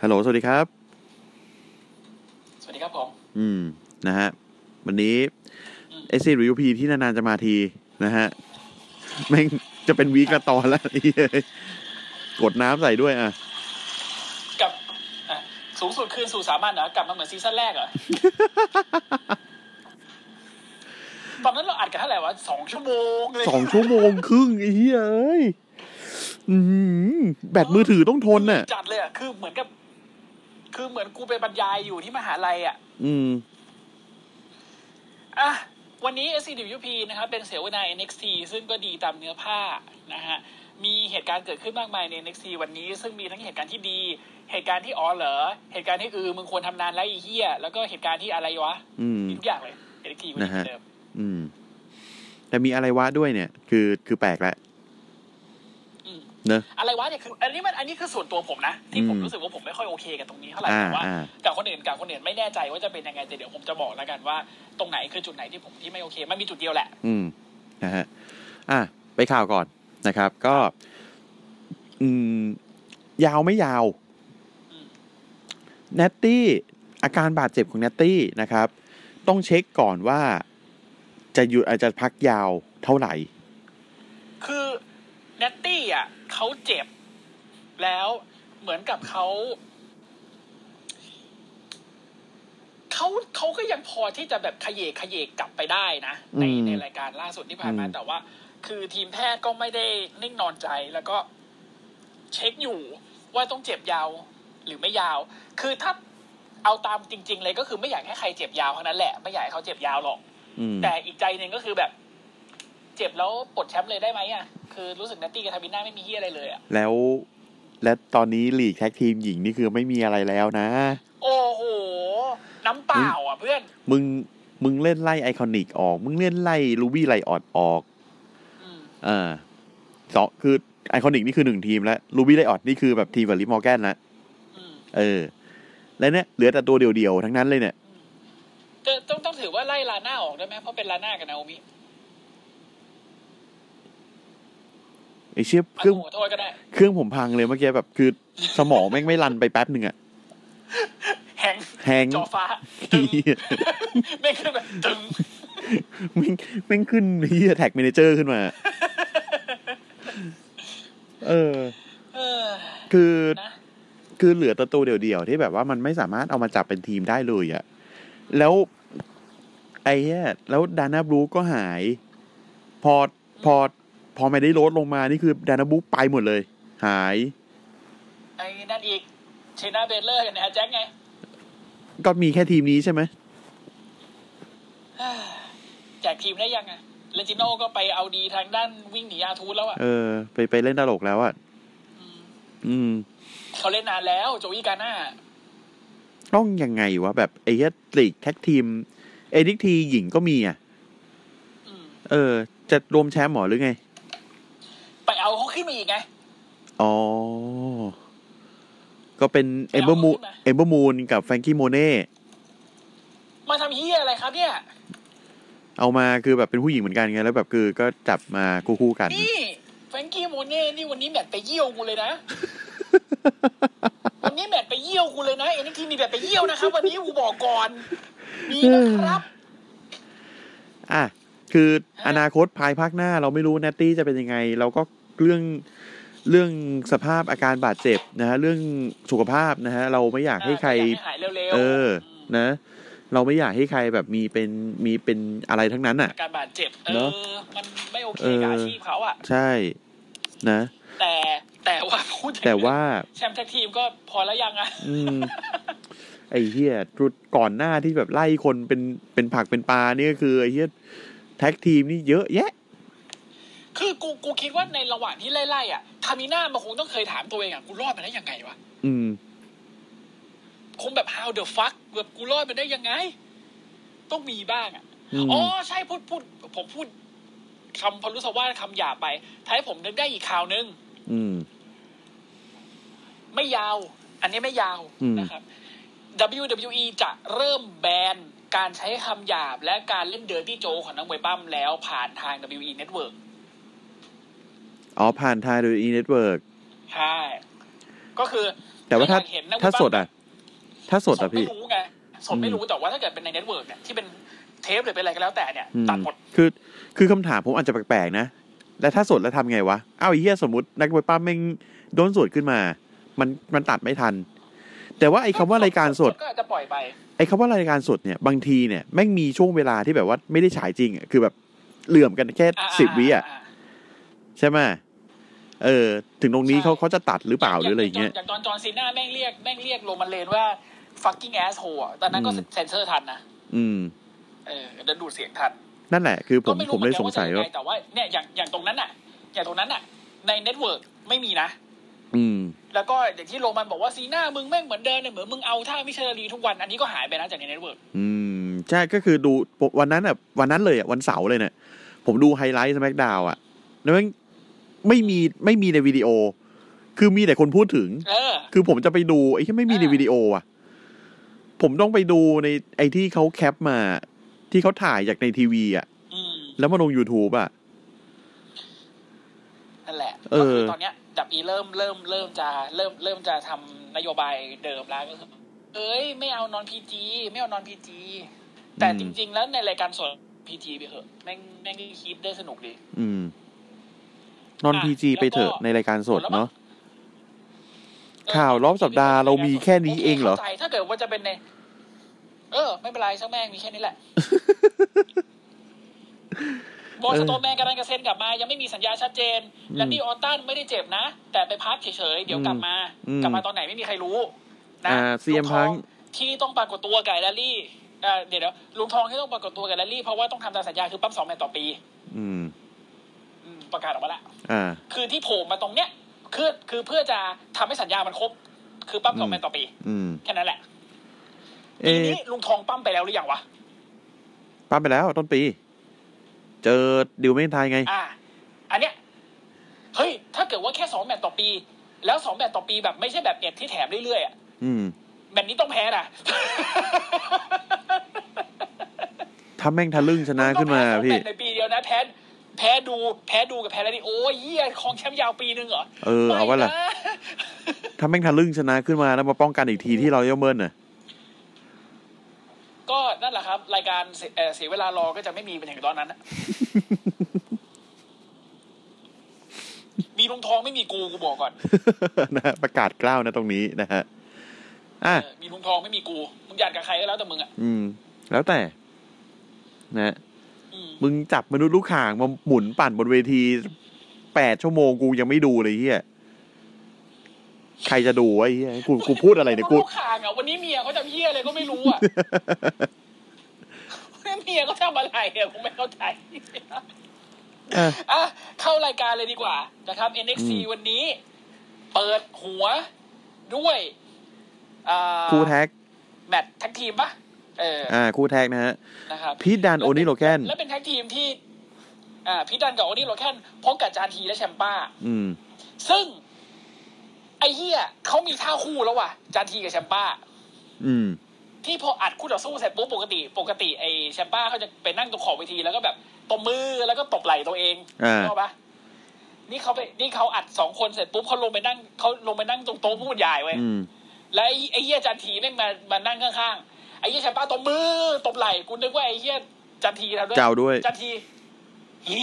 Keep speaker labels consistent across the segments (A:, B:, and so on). A: ฮัลโหล สวัสดีครับ
B: สวัสดีครับผม
A: อืม นะฮะ วันนี้
B: อืม
A: เอซีหรือยูพีที่นานๆจะมาที นะฮะ แม่งจะเป็นวีกละต อนแล้วไอ้เหี้ยกดน้ำใส่ด้วยอ่ะ
B: กับอ่ะสูงสุดคืนสู่สามัญเหรอกลับมาเหมือนซีซั่นแร กเหรอ ตอนนั้นเราอัดกันเท่าไหร่วะสองชั่วโมงเลย
A: สองชั่วโมงครึ่งไอ้เหี้ยเอ้ยอื้อหือแบตมือถือต้องทนน่ะ
B: จัดเลยอ่ะคือเหมือนกับ คือเหมือนกูไปบรรยายอยู่ที่มหาลัยอ่ะ
A: อืม
B: อ่ะวันนี้ SCWP นะครับเป็นเสวนา NXT ซึ่งก็ดีตามเนื้อผ้านะฮะมีเหตุการณ์เกิดขึ้นมากมายใน NXT วันนี้ ซึ่งมีทั้งเหตุการณ์ที่ดี เหตุการณ์ที่อ๋อเหรอเหตุการณ์ที่อือมึงควรทำนานแล้วไอีเหี้ยแล้วก็เหตุการณ์ที่อะไรวะ
A: อืม
B: มีทุกอย่างเลย NXT วัน
A: นะ
B: นี้เหมื
A: ฮะ
B: อนเดิม
A: อืม แต่มีอะไรวะด้วยเนี่ย คือคือแปลกละ
B: อืม
A: เนอะ
B: อะไรวะเนี่ยคืออันนี้มันอันนี้คือส่วนตัวผมนะ ที่ผม
A: อืม
B: รู้สึกว่าผมไม่ค่อยโอเคกับตรงนี้เท่าไหร่
A: อ่า
B: แต่ว่า
A: อ่า
B: กับคนอื่นกับคนอื่นไม่แน่ใจว่าจะเป็นยังไงแต่เดี๋ยวผมจะบอกแล้วกันว่า ตรงไหนคือจุดไหนที่ผมที่ไม่โอเค มันมีจุดเดียวแหละ
A: อืม นะฮะ อ่ะ ไปข่าวก่อนนะครับ ก็ อืม ยาวไม่ยาว
B: อืม
A: เนตตี้อาการบาดเจ็บของเนตตี้นะครับ ต้องเช็คก่อนว่าจะหยุดอาจจะพักยาวเท่าไหร่
B: คือเนตตี้อ่ะเขาเจ็บ แล้วเหมือนกับเขาเขาเขาก็ยังพอที่จะแบบขยเยกขยเยกกลับไปได้นะใน
A: อืม
B: ในรายการล่าสุดที่ผ่านมา
A: อืม
B: แต่ว่า คือทีมแพทย์ก็ไม่ได้นิ่งนอนใจแล้วก็ เช็คอยู่ว่าต้องเจ็บยาวหรือไม่ยาว คือถ้าเอาตามจริง ๆ เลยก็คือไม่อยากให้ใครเจ็บยาวทั้งนั้นแหละไม่อยากให้เขาเจ็บยาวหรอก
A: อืม
B: แต่อีกใจหนึ่งก็คือแบบ เจ็บแล้วปลดแชมป์เลยได้ไหมอ่ะ คือรู้สึกนัตตี้กับทาบิน่าไม่มีเฮียอะไรเลยอ่ะ
A: แล้ว และตอนนี้ลีกแท็กทีมหญิงนี่คือไม่มีอะไรแล้วนะ
B: โอ้โห น้ำเปล่าอ่ะเพื่อน
A: มึง มึงเล่นไล่ไอคอนิกออก มึงเล่นไล่ลูบี้ไลออดออก
B: อืม
A: เออสองคือไอคอนิกนี่คือหนึ่งทีมแล้วลูบี้ไลออดนี่คือแบบทีมแบบลิมอร์แกนละ
B: อืม
A: เออ แล้วเนี่ยเหลือแต่ตัวเดียวๆ ทั้งนั้นเลยเนี่ย
B: แต่ต้องต้องถือว่าไล่ลาน่าออกได้ไหมเพราะเป็นลาน่ากับนาโอมิ
A: ไอเชี่ย
B: อ่ะ
A: เครื่อง
B: ขอโทษก็ได้
A: เครื่องผมพังเลยเมื่อกี้แบบคือสมองแม่งไม่รันไปแป๊บหนึ่งอะ
B: แหง
A: แฮง
B: จอฟ้า
A: เ
B: ตึง
A: หี้ย
B: ไม่ขึ้นแบบตึง
A: แม่งแม่งขึ้นเฮียแท็กเมเนเจอร์ขึ้นมา เออ
B: เออ
A: คือ
B: นะ
A: คือเหลือแต่ตัวเดียวๆ ที่แบบว่ามันไม่สามารถเอามาจับเป็นทีมได้เลยอะแล้วไอ้เหี้ยแล้วดานาบลูก็หาย พอพอพอไม่ได้ลดลงมานี่คือดานาบลูไปหมดเลย หาย
B: ไอ้นั่นอีกเชนาเบเลอร์กับแอแจ็คไง
A: ก็มีแค่ทีมนี้ใช่ไหม
B: แจกทีมได้ยังอ่ะเลจิโน่ก็ไปเอาดีทางด้านวิ่งหนีอาทูธแล้วอ่ะ
A: เออ ไปไปเล่นตลกแล้วอะ่ะ อืม
B: เขาเล่นนานแล้วโจวีกาน่า
A: ต้องยังไงวะ แบบไอ้เฮดลีกแท็กทีม เอดิกทีหญิงก็มีอ่ะ
B: อืม
A: เออ จะรวมแชมป์เหมอหรือไง
B: ไปเอาเขาขึ้นมาอีกไง
A: อ๋อ ก็เป็นเอมเบอร์มู
B: เอาขึ้นมา
A: เอมเบอร์มูนกับแฟรงกี้โมเน่
B: มาทำเฮียอะไรครับเนี่ย
A: เอามาคือแบบเป็นผู้หญิงเหมือนกันไง แล้วแบบคือก็จับมาคู่ๆกัน
B: นี่แฟรงกี้โมเน่นี่วันนี้แมตช์ไปเยี่ยวกูเลย นะ วันนี้แมตช์ไปเยี่ยวกูเลยนะเอ็นทีมีแมตช์ไปเยี่ยว นะครับ วันนี้กูบอกก่อน มีนะครับ
A: อ่ะ คืออนาคตภายภาคหน้าเราไม่รู้แนตตี้จะเป็นยังไง เราก็เรื่องเรื่องสภาพอาการบาดเจ็บนะฮะ เรื่องสุขภาพนะฮะ เราไม่อยากให้ใคร
B: อยากให้หายเร็ว
A: เออ
B: ๆม
A: นะ เราไม่อยากให้ใครแบบมีเป็นมีเป็นอะไรทั้งนั้นอ่ะ
B: การบาดเจ็บ เอ
A: เนอะ
B: อ มันไม่โอเค
A: เออ
B: กับอาชีพเขาอะ
A: ใช่ นะ
B: แต่แต่ว่าพูดถึง
A: แต่ว่า
B: แชมป์แท็กทีมก็พอแล้วยังอะ
A: อืม ไอ้เฮียจุดก่อนหน้าที่แบบไล่คนเป็นเป็นผักเป็นปลาเนี่ยคือไอ้เฮียแท็กทีมนี่เยอะแยะ
B: คือกูกูคิดว่าในระหว่างที่ไล่ๆอ่ะคามิน่ามันคงต้องเคยถามตัวเองอ่ะกูรอดมาได้ยังไงวะ
A: อืม
B: คงแบบ how the fuck แบบกูรอดมาได้ยังไง ต้องมีบ้างอ่ะ
A: อืม
B: อ๋อใช่พูดพูด ผมพูดคำพรุสว่าคำหยาบไปท้ายผมนึกได้อีกข่าวนึง
A: อืม
B: ไม่ยาว อันนี้ไม่ยาว
A: อืม
B: นะครับ WWE จะเริ่มแบนการใช้คำหยาบและการเล่นเดิร์ตี้โจกของนักมวยปั้มแล้วผ่านทาง WWE Network
A: อ๋อผ่านทางดูอีเน็ตเวิร์ก
B: ใช่ ก็คือ
A: แต่ว่าถ้า
B: อยกเห็นนักมวย
A: ถ้า
B: ปั้ม
A: สดอ่ะ ถ้าสด
B: สด
A: อ่ะ
B: ไม่
A: พี่
B: รู้ไงสดไม่รู้แต่ว่าถ้าเกิดเป็นในเน็ตเวิร์กเนี่ยที่เป็นเทปหรือเป็นอะไรก็แล้วแต่เนี่ย
A: อืม
B: ตัดหมด
A: คือคือคำถามผมอาจจะแปลกๆนะ แล้วถ้าสดแล้วทำไงวะ อ้าวไอ้เฮียสมมตินักมวยป้าแม่งโดนสดขึ้นมา มันมันตัดไม่ทัน แต่ว่าไอ้คำว่ารายการสด
B: ก็อาจจะปล่อยไป
A: ไอ้คำว่ารายการสดเนี่ยบางทีเนี่ยแม่งมีช่วงเวลาที่แบบว่าไม่ได้ฉายจริงอะคือแบบเหลื่อมกันแค่
B: อ่า
A: สิบวิอ่ะ
B: า
A: ใช่ไหมเออ ถึงตรงนี้เขาเขาจะตัดหรือเปล่าหรืออะไรอย่างเงี้ย
B: อย่างตอนจอห์นซีน่าแม่งเรียกแม่งเรียกโรมันเลนว่า fucking asshole อะตอนนั้นก็
A: อืม
B: เซนเซอร์ทันนะ
A: อืม
B: เออเดี๋ยวดูดเสียงทัน
A: นั่นแหละ คือผ
B: ก็
A: ม
B: ไม่
A: ผ
B: รู้
A: ม
B: เหมื
A: เล
B: อน
A: ย
B: กั
A: สง
B: นว่าจะ
A: สัย
B: ยัง
A: ว่า
B: ไงแต่ว่าเนี่ยอย่างอย่างตรงนั้นน่ะ อย่างตรงนั้นน่ะ ในเน็ตเวิร์กไม่มีนะ
A: อืม
B: แล้วก็อย่างที่โรมันบอกว่าซีหน้ามึงแม่งเหมือนเดิมเนี่ยเหมือนมึงเอาท่ามิเชลลีทุกวันอันนี้ก็หายไปนะจากในเน็ตเวิร์ก
A: อืม ใช่ก็คือดูวันนั้นอ่ะวันนั้นเลยอ่ะวันเสาร์เลยเนี่ยผมดูไฮไลท์สแมกดาวอ่ะแล้วแม่งไม่มีไม่มีในวิดีโอ คือมีแต่คนพูดถึง
B: เออ
A: คือผมจะไปดูไอ้ที่ไม่มีใน
B: อ่า
A: วิดีโออ่ะ ผมต้องไปดูในไอ้ที่เขาแคปมา ที่เขาถ่ายจากในทีวีอ่ะ
B: อืม
A: แล้วมาลง YouTube อ่ะ
B: นั่นแหละ
A: เออ
B: ก็คือตอนเนี้ยดับอีเริ่มเริ่มเริ่มจะเริ่มเริ่มจะทำนโยบายเดิมแล้วก็คือเอ้ยไม่เอานอนพีจีไม่เอานอนพีจีแต่จริง ๆ แล้วในรายการสดพีจีไปเถอะแม่งแม่งคิดได้สนุกดี
A: อืม นอน
B: อ่ะ
A: พีจี
B: แล้วก็
A: ไปเถอะในรายการสดเนาะ
B: เออ
A: ข่าวรอบสัปดาห์เรามีแค่นี้เองเหรอ
B: โคข้าใจถ้าเกิดว่าจะเป็นใน เออ ไม่เป็นไรช่างแม่งมีแค่นี้แหละ โบสโตแมนกำลังจะเซ็นกลับมา ยังไม่มีสัญญาชัดเจน และนี่ออตตันไม่ได้เจ็บนะ แต่ไปพักเฉยๆ เดี๋ยวกลับมา
A: อืม
B: กลับมาตอนไหนไม่มีใครรู้ นะ
A: อ่า CM
B: ลุงทอง
A: Punk
B: ที่ต้องปรากฏตัวกับแรลลี่เอ่อเดี๋ยวเดี๋ยวลุงทองที่ต้องปรากฏตัวกับแรลลี่ เพราะว่าต้องทำตามสัญญาคือปั๊มสองแมตช์ต่อปี
A: อืม
B: อืมประกาศออกมาละ
A: อ่า
B: คือที่โผล่มาตรงเนี้ยคือคือเพื่อจะทำให้สัญญามันครบ คือปั๊มสองแมตช์ต่อปี
A: อืม
B: แค่นั้นแหละ
A: เอ
B: ปี
A: อ
B: นี้ลุงทองปั้มไปแล้วหรือยังวะ
A: ป้าไปแล้วต้นปี เจอดิวเมนไทยไง
B: อ่า อันเนี้ย เฮ้ย ถ้าเกิดว่าแค่สองแมตช์ต่อปี แล้วสองแมตช์ต่อปีแบบไม่ใช่แบบเอ็ดที่แถมเรื่อยๆอะ
A: อืม
B: แมตช์นี้ต้องแพ้นะ
A: ถ้าแม่งทะลึ่งชนะขึ้นมา
B: ต้องแพ้สอง
A: พี่
B: แตช์ในปีเดียวนะ แพ้ แพ้ดู แพ้ดูกับแพ้แล้วนี่โอ้ยเยี่ยของแชมป์ยาวปีนึงเหรอ
A: เออเอาวะล่ะ
B: ไม่น
A: ถ้าแม่งทะลึ่งชนะขึ้นมาแล้วมาป้องกันอีกทีที่เราเย่อเมินน่ะ
B: ก็นั่นแหละครับ รายการเสียเอ่อเสียเวลารอก็จะไม่มีเป็นอย่างตอนนั้น อะมีลุงทองไม่มีกูกูบอกก่อน
A: นะฮะประกาศกล้าวนะตรงนี้นะฮะ อ่ะ
B: เออ มีลุงทองไม่มีกู มึงหยาดกับใครก็แล้วแต่มึงอ่ะ
A: อืม แล้วแต่ นะฮะ
B: อืม
A: มึงจับมนุษย์ลูกข่างมาหมุนปั่นบนเวทีแปดชั่วโมงกูยังไม่ดูเลยเฮียใครจะดูวะไอ้เฮียกูกูพูดอะไรเนี่ยกู
B: ลูกข่างอ่ะวันนี้เมียเขาทำเหี้ยอะไรก็ไม่รู้ อ่ะ เมียเขาทำอะไรอ่ะกูไม่เข้าใจ
A: เออ
B: อ่ะเข้ารายการเลยดีกว่านะครับ NXT
A: อืม
B: วันนี้ เปิดหัวด้วยอ่า
A: คู่แท็ก
B: แมตช์ทั้งทีมปะเออ
A: อ่า คู่แท็กนะฮะ
B: นะครับ
A: พีทดันโอนิโลแกน
B: แล้วเป็นแท็กทีมที่ อ่าพิดันกับโอนี่โรแคนพบกับจานทีและแชมป้า
A: อืม
B: ซึ่ง ไอ้เฮียเขามีท่าคู่แล้วว่ะจานทีกับแชมป้า
A: อืม
B: ที่พออัดคู่ต่อสู้เสร็จปุ๊บปกติ ปกติไอ้แชมป้าเขาจะไปนั่งตรงขอบเวทีแล้วก็แบบตบมือแล้วก็ตบไหล่ตัวเอง
A: อ่า
B: เข้าปะนี่เขาไปนี่เขาอัดสองคนเสร็จปุ๊บเขาลงไปนั่งเขาลงไปนั่งตรงโต๊ะผู้บรรยายเว้ย
A: อืม
B: แล้วไอ้ไอ้เฮียจันทีแม่งมามานั่งข้างๆไอ้เฮียแชมป้าตบมือตบไหล่กูนึกว่าไอ้เฮียจันทีทำด้วย
A: เจ้าด้วย
B: จันทีฮี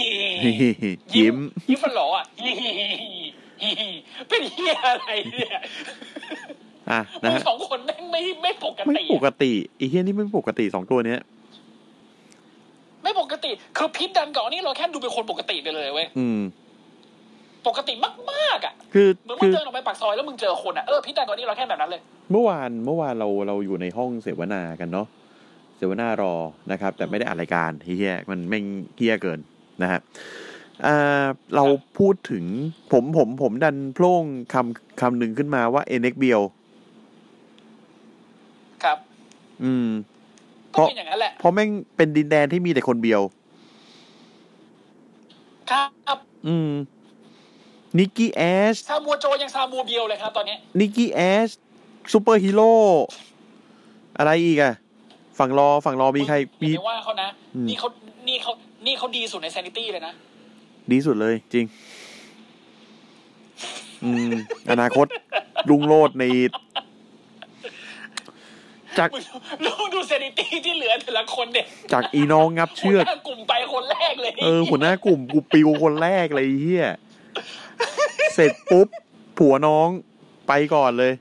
A: ยิ้ม
B: ยิ้มฟันหลออ่ะ เป็นเฮียอะไรเนี่ย
A: อ่ะ
B: มึ
A: นะ
B: ง
A: ฮะ
B: สองคนแม่งไม่ไม่ปก
A: ไม่
B: ติ
A: ปก
B: อะ
A: ติไอ้เฮียนี่ไม่ปกติสองตัวเนี้ย
B: ไม่ปกติ คือพิษดันก่อนนี่เราแค่ดูเป็นคนปกติไปเลยเว้ย
A: อืม
B: ปกติมากๆอ่ะ
A: คือ
B: เหมือนมึ
A: คื
B: ง
A: อ
B: เดินออกไปปากซอยแล้วมึงเจอคนอ่ะ เออพิษดันก่อนนี่เราแค่แบบนั้นเลย
A: เมื่อวานเมื่อวานเราเราอยู่ในห้องเสวนากันเนาะเสวนารอนะครับ แต่ไม่ได้อัดรายการเฮียมันแม่งเฮียเกินนะฮะ อ่าเราพูดถึงผมผมผมดันโพล่งคำคำหนึ่งขึ้นมาว่า NX b l
B: ครับ
A: อืม
B: ก็เป็นอย่างนั้นแหละ
A: เพราะแม่งเป็นดินแดนที่มีแต่คนเบียว
B: ครับ
A: อืม นิกกี้แอช
B: ซามัวโจยังซามัวเบียวเลยครับตอนนี้
A: นิกกี้แอชซูเปอร์ฮีโร่อะไรอีกอะฝั่งรอฝั่งรอมีใครมี
B: อย่าไปว่าเขานะ
A: อืม
B: นี่เขานี่เขานี่เขาดีสุดใน sanity เลยนะ
A: ดีสุดเลย จริง อืม อนาคต ลุงโลดใน จาก
B: ลองดู sanity ที่เหลือแต่ละคนเด็ก
A: จากอีน้องงับ
B: หั
A: เชื
B: ว
A: อก
B: หน้ากลุ่มไปคนแรกเลย
A: เออ หัวหน้ากลุ่มกูปิวคนแรกเลยไอ้เฮียเสร็จปุ๊บ ผัวน้องไปก่อนเลย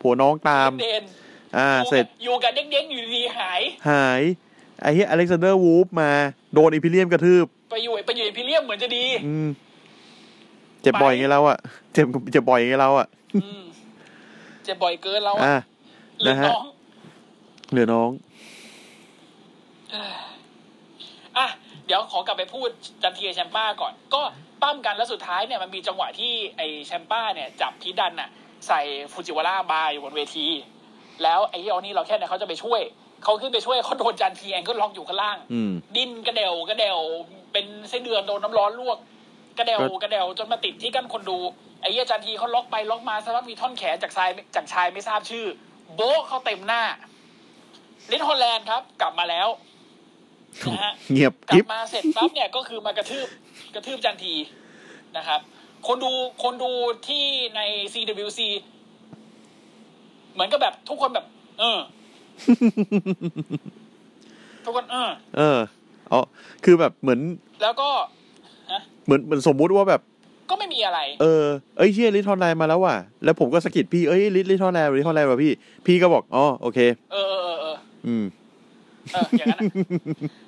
A: ผัวน้องตาม
B: เด่น
A: อ่า เสร็จ
B: อยู่กับเด็กๆอยู่ดีๆหาย
A: หาย ไอ้เฮียอเล็กซานเดอร์วูฟมา โดนอีพิเลียมกระทืบ
B: ไปอยู่ไปอยู่ในพิเลียมเหมือนจะดี
A: อืม เจ็บบ่อยไงเราอ่ะ เจ็บเจ็บบ่อยไงเราอ่ะ
B: อืมเจะบ่อยเกินเรา
A: อ่า
B: อะหรือ
A: นะฮะ
B: น้อง
A: เหลือน้อง
B: อ่ะเดี๋ยวขอกลับไปพูดจันทีกับแชมป้าก่อน ก็ปั้มกันแล้วสุดท้ายเนี่ยมันมีจังหวะที่ไอ้แชมป้าเนี่ย จับพีดันน่ะ ใส่ฟูจิวาร่าบาร์อยู่บนเวที แล้วไอ้ที่เอานี่เราแค่เนี่ยเขาจะไปช่วย เขาขึ้นไปช่วยเขาโดนจันทีเองก็ล็อกอยู่ข้างล่าง
A: อืม
B: ดิ้นกระเดวกระเดวเป็นไส้เดือนโดนน้ำร้อนลวก กระเดว
A: ก็
B: กระเดวจนมาติดที่กั้นคนดูไอ้เหี้ยจันทีเขาล็อกไปล็อกมาสารพัดมีท่อนแขนจากชายจากชายไม่ทราบชื่อ โบ๊ะเขาเต็มหน้าลิทฮอลแลนด์ครับ กลับมาแล้วนะฮะ
A: เงียบ
B: ก
A: กริ
B: ลั
A: บบ
B: มาเสร็จปั๊บเนี่ยก็คือมากระทืบกระทืบจันทีนะครับ คนดูคนดูที่ใน CWC เหมือนกับแบบทุกคนแบบ เอ อ ทุกคนเออ
A: เอออ๋อคือแบบเหมือน
B: แล้วก็
A: เหมือนเหมือนสมมุติว่าแบบ
B: ก็ไม่มีอะไร
A: เออ เอ้ยเฮียลิทออนไลน์มาแล้วว่ะ แล้วผมก็สะกิดพี่ เอ้ยลิทลิทออนไลน์ลิทออนไลน์ว่ะพี่ พี่ก็บอก อ๋อ โอเค
B: เออเออเออเออ
A: อืม
B: เอออย่าง นั้นอะ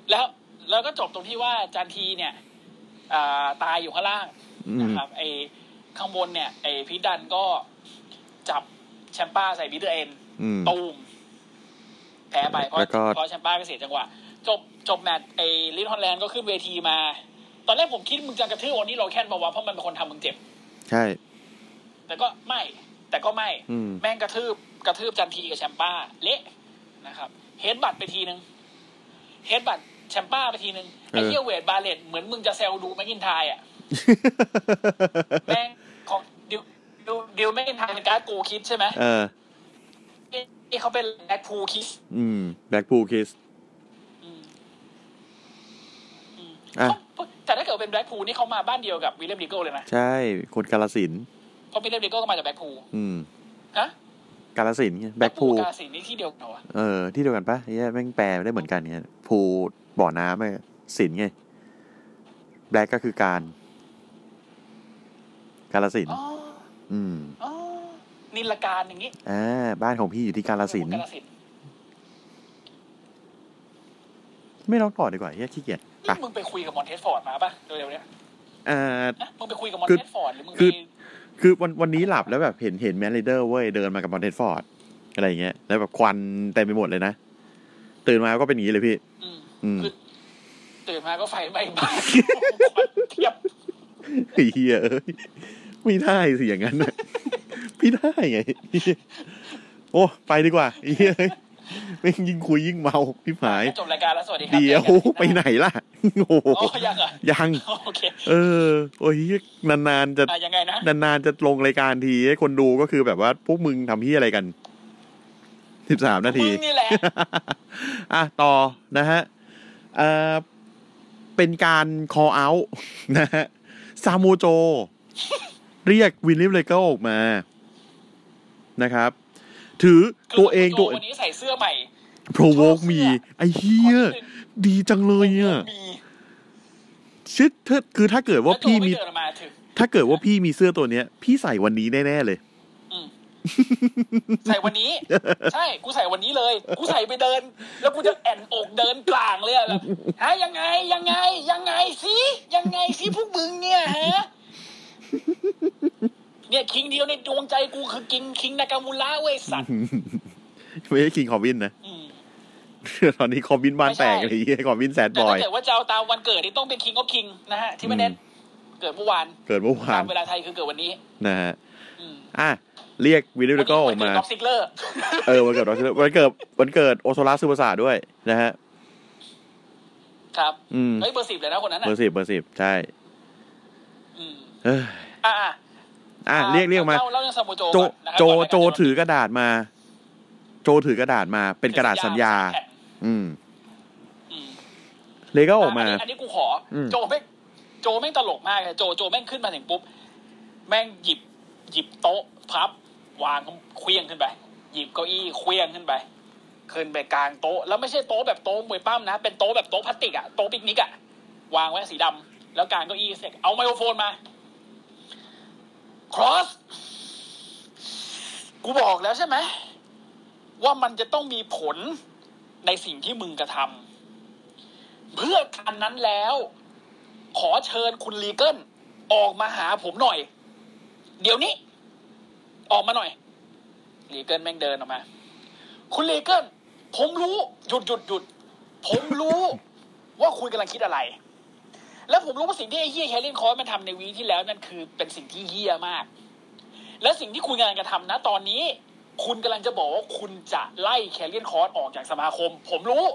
B: แล้วแล้วก็จบตรงที่ว่าจันทีเนี่ยอ่าตายอยู่ข้างล่าง
A: อืม
B: นะครับไอ้ข้างบนเนี่ยไอ้พีทดันก็จับแชมป้าใส่บีเดอร์เอ็น
A: อืม
B: ตูมแพ้ไปเพราะ
A: แล้วก็
B: เพราะแชมป้าก็เสียจังหวะจบจบแมตช์ไอ้ลิทฮอลแลนด์ก็ขึ้นเวทีมา ตอนแรกผมคิดมึงจะกระทืบวันนี้เราแค่นบอกว่าวะเพราะมันเป็นคนทำมึงเจ็บ
A: ใช่
B: แต่ก็ไม่ แต่ก็ไม่
A: อืม
B: แม่งกระทืบกระทืบจันทีกับแชมป้า เละนะครับ เฮดบัตไปทีนึง เฮดบัตแชมป้าไปทีนึง ไอ้เฮียเวทบาเลตเหมือนมึงจะเซลดูแมกกินไทายอ่ะ แม่งของดิวดิวดิวแมกกินไทายเป็นการ์ดกูคิดใช่ไหม
A: เออ
B: นี่เขาเป็นแบ็คพูคิด
A: อืมแบล็กพูคิส อ่ะ
B: แต่ถ้าเกิดเป็นแบ็คพูนี่เขามาบ้านเดียวกับวิลเลียมดิเกิลเลยนะ
A: ใช่ คนกาลสินธุ์
B: เพราะวิลเลียมดิเกิลก็มาจากแบ็คพู
A: อืม
B: ฮะ
A: กาลสินธุ์ไงแบล็กพู
B: กาฬสินธุ์นี่ที่เดียวกันวะ
A: เออ ที่เดียวกันปะเฮียแม่งแปลได้เหมือนกันเนี่ยพูบ่อน้ำไงสินไงแบล็กก็คือการ กาลสินธุ์
B: อ๋อ
A: อืม
B: อ๋อนิลการอย่างนี้
A: อ่า บ้านของพี่อยู่ที่กาลสินธุ์
B: กาฬสินธุ์
A: ไม่ล็อกต่อดีกว่าเฮียขี้เกียจไป
B: นี่มึงไปคุยกับมอนเทสฟอร์ดมาปะเร็วๆเนี้ย
A: อ่า
B: นะมึงไปคุยกับมอน
A: คือ
B: เทสฟอร์ดหรือมึง
A: คื
B: ไป
A: อ คือวันวันนี้หลับแล้วแบบเห็นเห็นแมนเลเดอร์เว้ย เดินมากับบอลเทนฟอร์ด อะไรอย่างเงี้ย แล้วแบบควันเต็มไปหมดเลยนะ ตื่นมาก็เป็นอย่างนี้เลยพี่
B: อืม
A: อืม
B: คือตื่นมาก็ไฟไหม้บ้านเทียบ
A: ไอ้เฮียเอ้ยไม่ได้สิอย่างนั้นน่ะ ไม่ได้ไง เหี้ยโอ้ไปดีกว่า ไอ้เฮียไม่งยิ่งคุยยิ่งเมาพี่หาย
B: จบรายการแล้วสวัสดีครั
A: เดี๋ยว ไปไหนล่ะ โอ้โห
B: โอ้ยังเหรอ
A: ยัง
B: โอเค
A: เออ โอ้ยเหี้ยนานๆจะ
B: อ่ะยังไงนะ
A: นานๆจะลงรายการทีให้คนดูก็คือแบบว่า พวกมึงทำที่อะไรกัน สิบสามนา
B: มึ
A: ที
B: งนี่แหละ
A: อ่ะ ต่อนะฮะเอ่อเป็นการ call out นะฮะ ซามูโจ เรียกวินลิฟเลเกลออกมา นะครับ ถือ
B: คื
A: ตัวเองตัว
B: โจวันนี้ใส่เสื้อใหม่
A: provoke
B: ชอบเสื้
A: me
B: อ
A: ไอ้เฮียดีจังเลยเนี่ย
B: มี
A: ชิดเธอคือถ้าเกิดว่า
B: แล้วโจ
A: พี่
B: ไม่
A: มี
B: เดินออกมาถึง
A: ถ้าเกิดว่าพี่มีเสื้อตัวเนี้ย พี่ใส่วันนี้แน่ๆเลย
B: อืม ใส่ วันนี้ ใช่ กูใส่วันนี้เลย กูใส่ไปเดิน แล้วกูจะแอนอกเดินกลางเลยอะแบบฮะยังไงยังไง ยังไงสิยังไงสิพวกมึงเนี่ยฮะเนี่ยคิงเดียวในดวงใจกูคือกิงคิงนากามูระเว้ย สัตว์
A: ไม่ใช่คิงคอบินนะ
B: อืม
A: ตอนนี้คอมบินบ้าน
B: ไม่ใช่
A: แตกเลยเหี้ยคอมบินแซด
B: แต่
A: บอ
B: ถ้าย เกิดว่าจะเอาตามวันเกิดนี่ต้องเป็นคิง of คิงนะฮะที่ไม่เน้น เกิดเมื่อวาน
A: เกิดเมื่อวา
B: ตาน มเวลาไทยคือเกิดวันนี้
A: นะฮะ
B: อืม
A: อ่ะเรียกวิลลี่
B: วัน
A: เด
B: นี้
A: โก้ออก
B: วันเกิ
A: มา
B: ดท็อปซิกเลอร์
A: เออวันเกิดวันเกิดวันเกิดวันเกิดโอโซลาซูบาสาด้วยนะฮะ
B: ครับ
A: อืม
B: เฮ้ยเบอร์สิบเลยนะคนนั้น
A: เบอ
B: อ่ะ
A: ร์สิบเบอร์สิบใช่
B: อืม
A: เอ้ย
B: อ่ะอ่ะ
A: อ่ะเรียกเรียกมา
B: เล่าเล่าเรื่องซามูโจ
A: โจ
B: ก่อนนะครับ
A: โจ
B: ก่นรายการ
A: โจถือกระดาษมา โจถือกระดาษมา เป็นกระดาษสัญญา
B: แข่ง
A: อืม
B: อืม
A: เลโก้ออกมา
B: นนี้อันนี้กูขออ
A: ม
B: โจแม่งโจแม่งตลกมากเลยโจโจแม่งขึ้นมาถึงปุ๊บ แม่งหยิบ หยิบโต๊ะพับ วางเคลี้ยงขึ้นไป หยิบเก้าอี้เคลี้ยงขึ้นไป ขึ้นไปกลางโต๊ะแล้วไม่ใช่โต๊ะแบบโต๊ะมวยปั้มนะ เป็นโต๊ะแบบโต๊ะพลาสติกอะโต๊ะปิกนิกอะวางไว้สีดำแล้วกลางเก้าอี้เสร็จเอาไมโครโฟนมา ครอส กูบอกแล้วใช่ไหมว่ามันจะต้องมีผลในสิ่งที่มึงกระทำ เพื่อการนั้นแล้ว ขอเชิญคุณลีเกิลออกมาหาผมหน่อย เดี๋ยวนี้ ออกมาหน่อยลีเกิลแม่งเดินออกมา คุณลีเกิลผมรู้หยุดหยุดหยุดผมรู้ ว่าคุณกำลังคิดอะไร แล้วผมรู้ว่าสิ่งที่ไอ้เฮียแคลเลนคอร์สมันทำในวีคที่แล้วนั่นคือเป็นสิ่งที่เฮียมาก และสิ่งที่คุณกำลังจะทำนะตอนนี้ คุณกำลังจะบอกว่าคุณจะไล่แคลเลนคอร์สออกจากสมาคม ผมรู้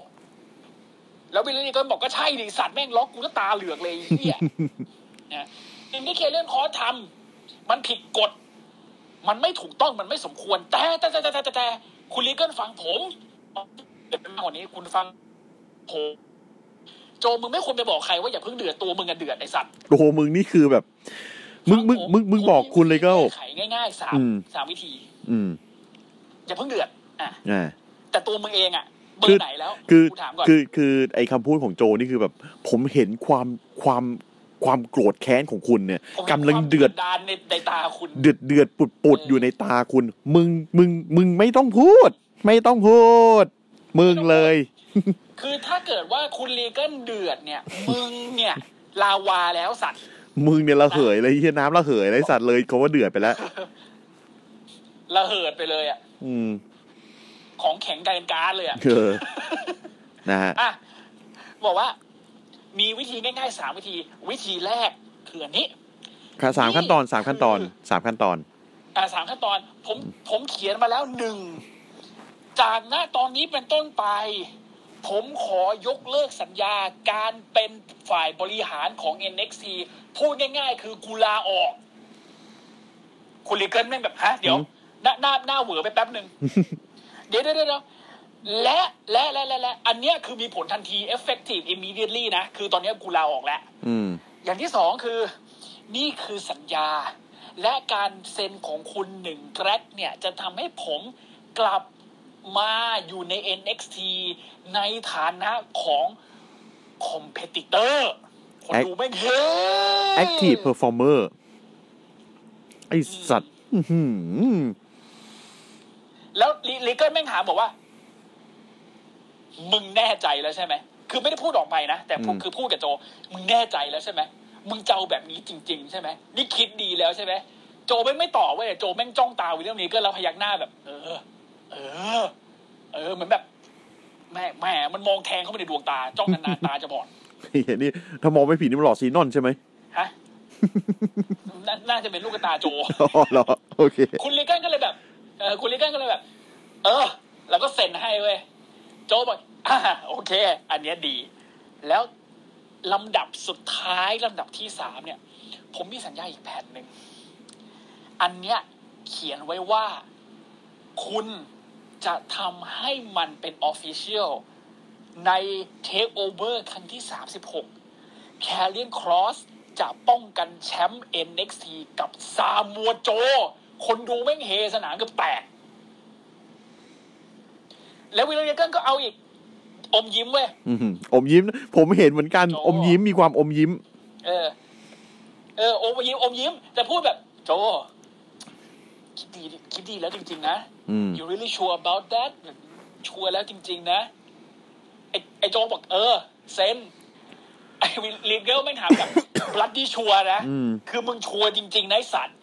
B: แล้ววิลลี่ก็บอกก็ใช่ดิสัตว์แม่งล็อกกูก็ตาเหลือกเลยไอ้เฮีย นะสิ่งที่เคเลนคอร์สทำมันผิดกฎ มันไม่ถูกต้องมันไม่สมควร แต่แต่แต่แต่แต่แต่แต่คุณลีเกิลฟังผมเดี๋ยวเป็นมากกว่านี้คุณฟังผมโจมึงไม่ควรไปบอกใครว่าอย่าเพิ่งเดือดตัวมึงอะเดือดไอสัตว์
A: โอ้โหมึงนี่คือแบบ มึงมึง
B: ฟัผ
A: มึงมึงบอกคุณเลยก็
B: แไขง่ายๆสาม
A: อืม
B: สามวิธี
A: อืม
B: อย่าเพิ่งเดือดอ่ะ
A: อ่า
B: แต่ตัวมึงเองอ่ะเบอ
A: คือ
B: ร์ไหนแล้ว
A: คือ
B: กูถามก่อน
A: คือคือไอ้คำพูดของโจนี่คือแบบ ผมเห็นความความความโกรธแค้นของคุณเนี่ย
B: ผม
A: กำ
B: ห็น
A: ลัง
B: ความ
A: เดือด
B: ดานในในตาคุณ
A: เดือดเดือดปุดปุดอยู่ในตาคุณ มึงมึงมึงไม่ต้องพูด ไม่ต้องพูด มึงเลย
B: คือถ้าเกิดว่าคุณลีเกิลเดือดเนี่ย มึงเนี่ย ลาวาแล้วสัตว์
A: มึงเนี่ยระเหยเลยเฮียน้ำระเหยเลยสัตว์เลยเขาว่าเดือดไปแล้ว
B: ระเหิดไปเลยอ่ะ
A: อืม
B: ของแข็งกลายเป็นการดเลยอ่ะ
A: เออนะฮะ
B: อ่ะ บอกว่า มีวิธีง่ายๆสามวิธี วิธีแรกคืออันนี้
A: ค่ะสาม
B: นี่
A: ขั้นตอนสามขั้นตอน
B: คือ
A: สามขั้นตอน
B: อ่าสามขั้นตอน ผมผมเขียนมาแล้วหนึ่ง จากหน้าตอนนี้เป็นต้นไป ผมขอยกเลิกสัญญาการเป็นฝ่ายบริหารของ NXT พูดง่ายๆ คือกูลาออก คุณลีเกิลแม่งแบบฮะเดี๋ยว
A: อืม
B: หน้าหน้าหน้าเหวอไปแป๊ บหนึ่ง เดี๋ยวเดี๋ยวเดี๋ยวและและและและและอันเนี้ยคือมีผลทันที effective immediately นะ คือตอนเนี้ยกูลาออกแล้ว
A: อืม
B: อย่างที่สองคือ นี่คือสัญญา และการเซ็นของคุณหนึ่งแกร็กเนี่ย จะทำให้ผมกลับมาอยู่ใน NXT ในฐานะของคอมเพติเตอร์คนดูไม่งเฮ้
A: active performer ไอสัตว์อื้อหือ
B: แล้วลิลิเกิลแม่งถามบอกว่า มึงแน่ใจแล้วใช่ไหม คือไม่ได้พูดออกไปนะ แต่พูดคือพูดกับโจ มึงแน่ใจแล้วใช่ไหม มึงจะเอาแบบนี้จริง ๆ ใช่ไหม นี่คิดดีแล้วใช่ไหม โจแม่งไม่ตอบเว้ยโจแม่งจ้องตาวิลเลียมลิเกิลแล้วพยักหน้าแบบ เออ เออ เออ เหมือนแบบ แม่แม่มันมองแทงเข้าไปในดวงตา จ้องนานๆตาจะบอด
A: ไอ้เหี้ยนี่ถ้ามองไม่ผิดนี่มันหลอดซีนอนใช่ไหม
B: ฮะ น่าน่าจะเป็นลูกกระตาโจ
A: อ๋อเหรอโอเค
B: คุณลิเกิลก็เลยแบบ เออคุณลิเกิลก็เลยแบบ เออ แล้วก็เซ็นให้เว้ย โจบอก อ่าโอเค อันเนี้ยดี แล้วลำดับสุดท้ายลำดับที่สามเนี่ย ผมมีสัญญาอีกแผ่นหนึ่ง อันเนี้ยเขียนไว้ว่า คุณจะทำให้มันเป็นออฟฟิเชียลในเทคโอเวอร์ครั้งที่ 36 แคลเลียนครอสจะป้องกันแชมป์ NXT กับซามัวโจ คนดูแม่งเฮสนามเกับแตก แล้ววิลเลียนเกิลก็เอาอีก อมยิ้มเว้ย
A: อื้อหืออมยิ้ม ผมเห็นเหมือนกัน
B: โอ้
A: อมยิ้มมีความอมยิ้ม
B: เออ เอออมยิ้มอมยิ้ม แต่พูดแบบ โจ คิดดีคิดดีแล้วจริง ๆ นะ
A: อืม
B: you really sure about that ชัวร์แล้วจริง ๆ นะ ไอ้ไอโจบอกเออ เซนไอวิลลีเกิลไม่งถามแบบ รัดดี้ชัวร์นะ
A: อืม
B: คือมึงชัวร์จริง ๆ นะไอ้สัตว์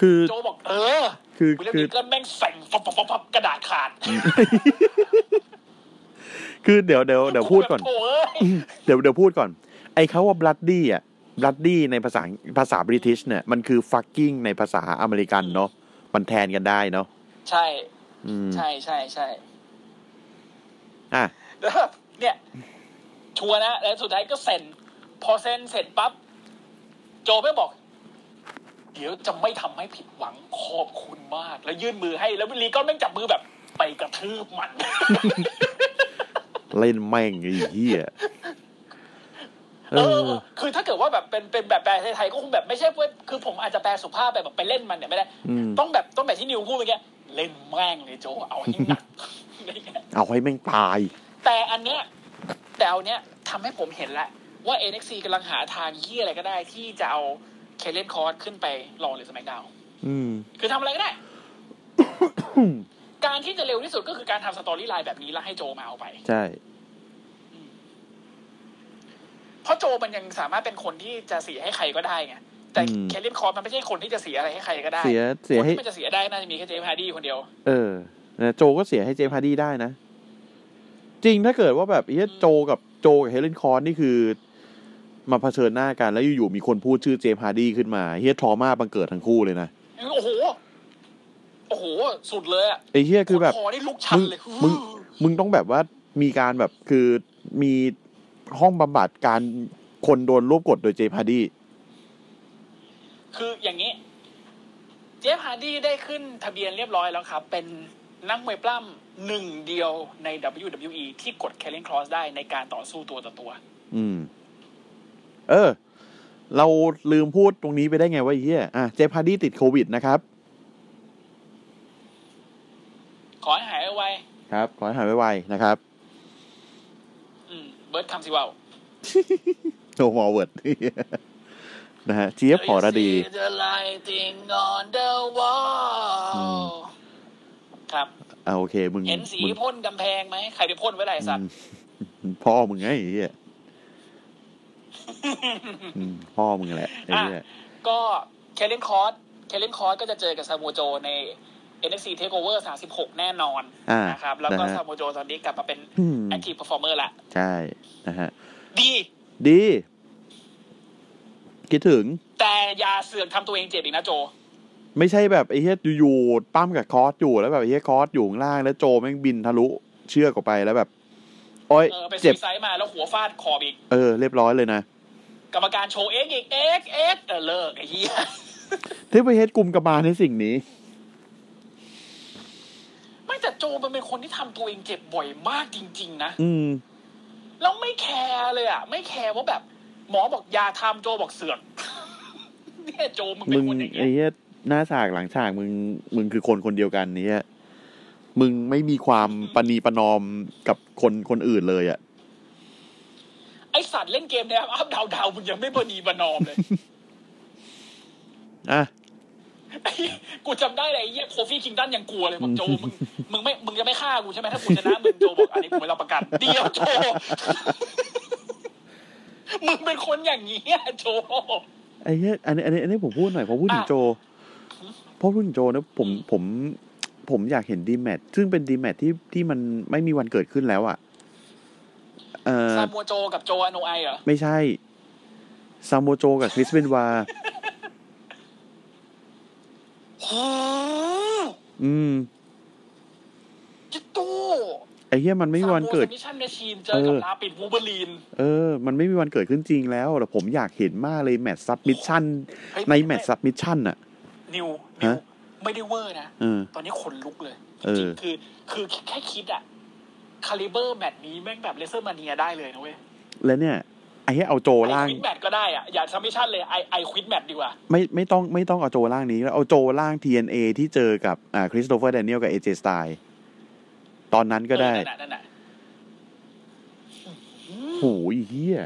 A: คือ
B: โจบอกเออ
A: คือ
B: วิลเลียม
A: คือ
B: ลีเกิลแม่งเส่งฟับฟับฟับฟับกระดาษขาด
A: คือเดี๋ยวเดี๋ยวเดี๋ยวพูดก่อน
B: โถ่เอ้ย
A: เดี๋ยวเดี๋ยวพูดก่อน ไอ้เขาว่าบลัดดี้อ่ะ ลัดดี้ในภาษาภาษาบริติชเนี่ย มันคือ fucking ในภาษาอเมริกันเนาะมันแทนกันได้เนาะ
B: ใช่
A: อืม
B: ใช่ใช่ใช่
A: อ่ะ
B: แล้วเนี่ย ชัวร์นะแล้วสุดท้ายก็เซ็น พอเซ็นเสร็จปั๊บโจไม่งบอก เดี๋ยวจะไม่ทำให้ผิดหวังขอบคุณมาก แล้วยื่นมือให้แล้วลีกอนแม่งจับมือแบบ ไปกระทืบมัน
A: เล่นแม่งไอ้เหี้ยเอ
B: เอ
A: อ
B: อ คือถ้าเกิดว่าแบบเป็นเป็นแบบแปลไทยๆก็คงแบบไม่ใช่ว่าคือผมอาจจะแปลสุภาพไปแบบไปเล่นมันเนี่ยไม่ได้
A: อืม
B: ต้องแบบต้องแบบที่นิวพูดเมื่อกี้เล่นแม่งเลยโจเอาให้หนัก
A: เอาให้แม่งตาย
B: แต่อันเนี้ยแต่เอาเนี้ยทำให้ผมเห็นแล้วว่า NXT กำลังหาทางเยี่ยอะไรก็ได้ ที่จะเอาเคเลนคอร์สขึ้นไปลองหรือสมัยดาว
A: อืม
B: คือทำอะไรก็ได้ การที่จะเร็วที่สุดก็คือการทำสตอรี่ไลน์แบบนี้แล้วให้โจมาเอาไป
A: ใช่
B: เพราะโจมันยังสามารถเป็นคนที่จะเสียให้ใครก็ได้ไง แต่
A: อืม
B: เคลลินคอร์สมันไม่ใช่คนที่จะเสียอะไรให้ใครก็ได้
A: เสียเสีย
B: คน
A: ให้
B: ที่มันจะเสียได้น่าจะมีแค่เจมส์ฮาร์ดีคนเดียว
A: เออนะโจก็เสียให้เจมส์ฮาร์ดีได้นะ จริงถ้าเกิดว่าแบบเอ้ยโจกับโจกับเฮเลนคอนนี่คือ มาเผชิญหน้ากันแล้วอยู่ๆมีคนพูดชื่อเจมส์ฮาร์ดีขึ้นมาเฮียทรมาบังเกิดทั้งคู่เลยนะ
B: โอ้โห โอ้โห สุดเลยอะ
A: ไอ้เฮียคือแบบ
B: คอนี่ลุกชันเลย
A: มึง มึงต้องแบบว่ามีการแบบคือมีห้องบำบัดการคนโดนรวบกดโดยเจมส์ฮาร์ดี
B: คืออย่างนี้ เจมส์ฮาร์ดีได้ขึ้นทะเบียนเรียบร้อยแล้วครับ เป็นนักมวยปล้ำหนึ่งเดียวใน WWE ที่กดเคลลินคอร์สได้ในการต่อสู้ตัวต่อตัว
A: อืม เออ เราลืมพูดตรงนี้ไปได้ไงวะไอ้เฮียอ่ะเจมส์ฮาร์ดีติดโควิดนะครับ
B: ขอให้หายไว
A: ครับขอให้หายไวๆนะครับ
B: ๆอืมเบิร์ดคำสิเว่า
A: โนมอเวิร์ด นะฮะเจี๊ยบขอระดี
B: You see the lighting on the wall
A: อืม
B: ครับ
A: อ่าโอเค มึง
B: เห็นสี
A: มึง
B: พ่นกำแพงไหม ใครไปพ่นไว้ไรสัตว์
A: พ่อมึงไงไอ้เหี้ย อืมพ่อมึงแหละไอ้เหี้ย
B: ก็เคเลนคอร์สเคเลนคอร์สก็จะเจอกับซามูโจใน NFC Takeover 36 แน่นอน
A: อ่า
B: นะครับ แล้ว
A: นะ
B: ก็
A: ฮะ
B: ซามูโจตอนนี้กลับมาเป็น
A: อืม
B: Active Performer ละ
A: ใช่นะฮะ
B: ดี
A: ดี คิดถึง
B: แต่อย่าเสื่อมทำตัวเองเจ็บอีกนะโจ
A: ไม่ใช่แบบไอ้เหี้ยอยู่ๆปั้มกับคอสอยู่แล้วแบบไอ้เหี้ยคอสอยู่ข้างล่างแล้วโจแม่งบินทะลุ เชือกออกไปแล้วแบบ โอ้ย
B: เออไป
A: เจ็
B: ซี
A: บ
B: ไซด์มาแล้วหัวฟาดขอบอีก
A: เออ เรียบร้อยเลยนะ
B: กรรมการโชว์เอ็กอีกเอ็กเอ็กเออเลิกไอ้เหี้ย
A: เทพเฮดกลุ่มกระบาลในสิ่งนี้
B: ไม่แต่โจมันเป็นคนที่ทำตัวเองเจ็บบ่อยมากจริง ๆ นะ
A: อืม
B: แล้วไม่แคร์เลยอ่ะ ไม่แคร์ว่าแบบ หมอบอกยาทำโจบอกเสือก เนี่ยโจมึงเป็
A: มึ
B: น
A: ง
B: คนอย่างเงี้
A: ไอ้
B: ย
A: เหี้ยหน้าฉากหลังฉากมึงมึงคือคนคนเดียวกันเนี้ยมึงไม่มีความปณีประนอมกับคนคนอื่นเลยอะ่ะ
B: ไอสัตว์เล่นเกมเนี่ยอัพดาวดาวมึงยังไม่พอดีประนอมเลย
A: อ่ะ
B: ไอ้กูจำได้เลยไอ้เหี้ยโคฟี่คิงดันยังกลัวเลยบอกโจมึงมึงไม่มึงจะไม่ฆ่ากูใช่ไหมถ้ากูชนะมึงโจบอกอันนี้กูไม่รับประกันเดียวโจ มึงเป็นคนอย่างนี้อะโจ
A: ไอ้เนี้ยอันนี้อันนี้อันนี้ผมพูดหน่อยพอพูดถึง
B: อ่ะ
A: โจพอพูดถึงโจนะผมผม ผมอยากเห็นดีแมทซึ่งเป็นดีแมทที่ที่มันไม่มีวันเกิดขึ้นแล้วอะ่ะ เออ
B: ซามัวโจกับโจอาโนไอเหรอ
A: ไม่ใช่ซามโมโจกับคริสเบนวา
B: โอ้
A: อืม
B: ยดตู้
A: ไอ้เหี้ยมันไม่มีวันเกิด
B: มิชชั่นแมชชีนเจอกับลาปิดวูเบอรีน
A: เออ มันไม่มีวันเกิดขึ้นจริงแล้วแต่ผมอยากเห็นมากเลยแมตช์ซับมิชชั่น ในแมตช์ซับมิชชั่นอ่ะ
B: นิวนิว
A: ฮะ
B: ไม่ได้เวอร์นะ
A: เออ
B: ตอนนี้ขนลุกเลย
A: เออ
B: จริงๆคือ คือแค่คิดอะคาลิเบอร์แมตช์นี้แม่งแบบเลเซอร์มาเนียได้เลยนะเว้ย
A: แล้วเนี่ย ไอ้เหี้ยเอาโจ
B: ไอ
A: ล่าง
B: ควิดแมตช์ก็ได้อะอย่าซัมมิชชั่นเลยไอไอควิดแมตช์ดีกว่า
A: ไม่ไม่ต้องไม่ต้องเอาโจล่างนี้แล้วเอาโจล่าง TNA ที่เจอกับอ่าคริสโตเฟอร์แดเนียลกับเอเจสไตล์ตอนนั้นก็ได้
B: เออนั่นน่ะนั่นน่ะ
A: โหยเฮีย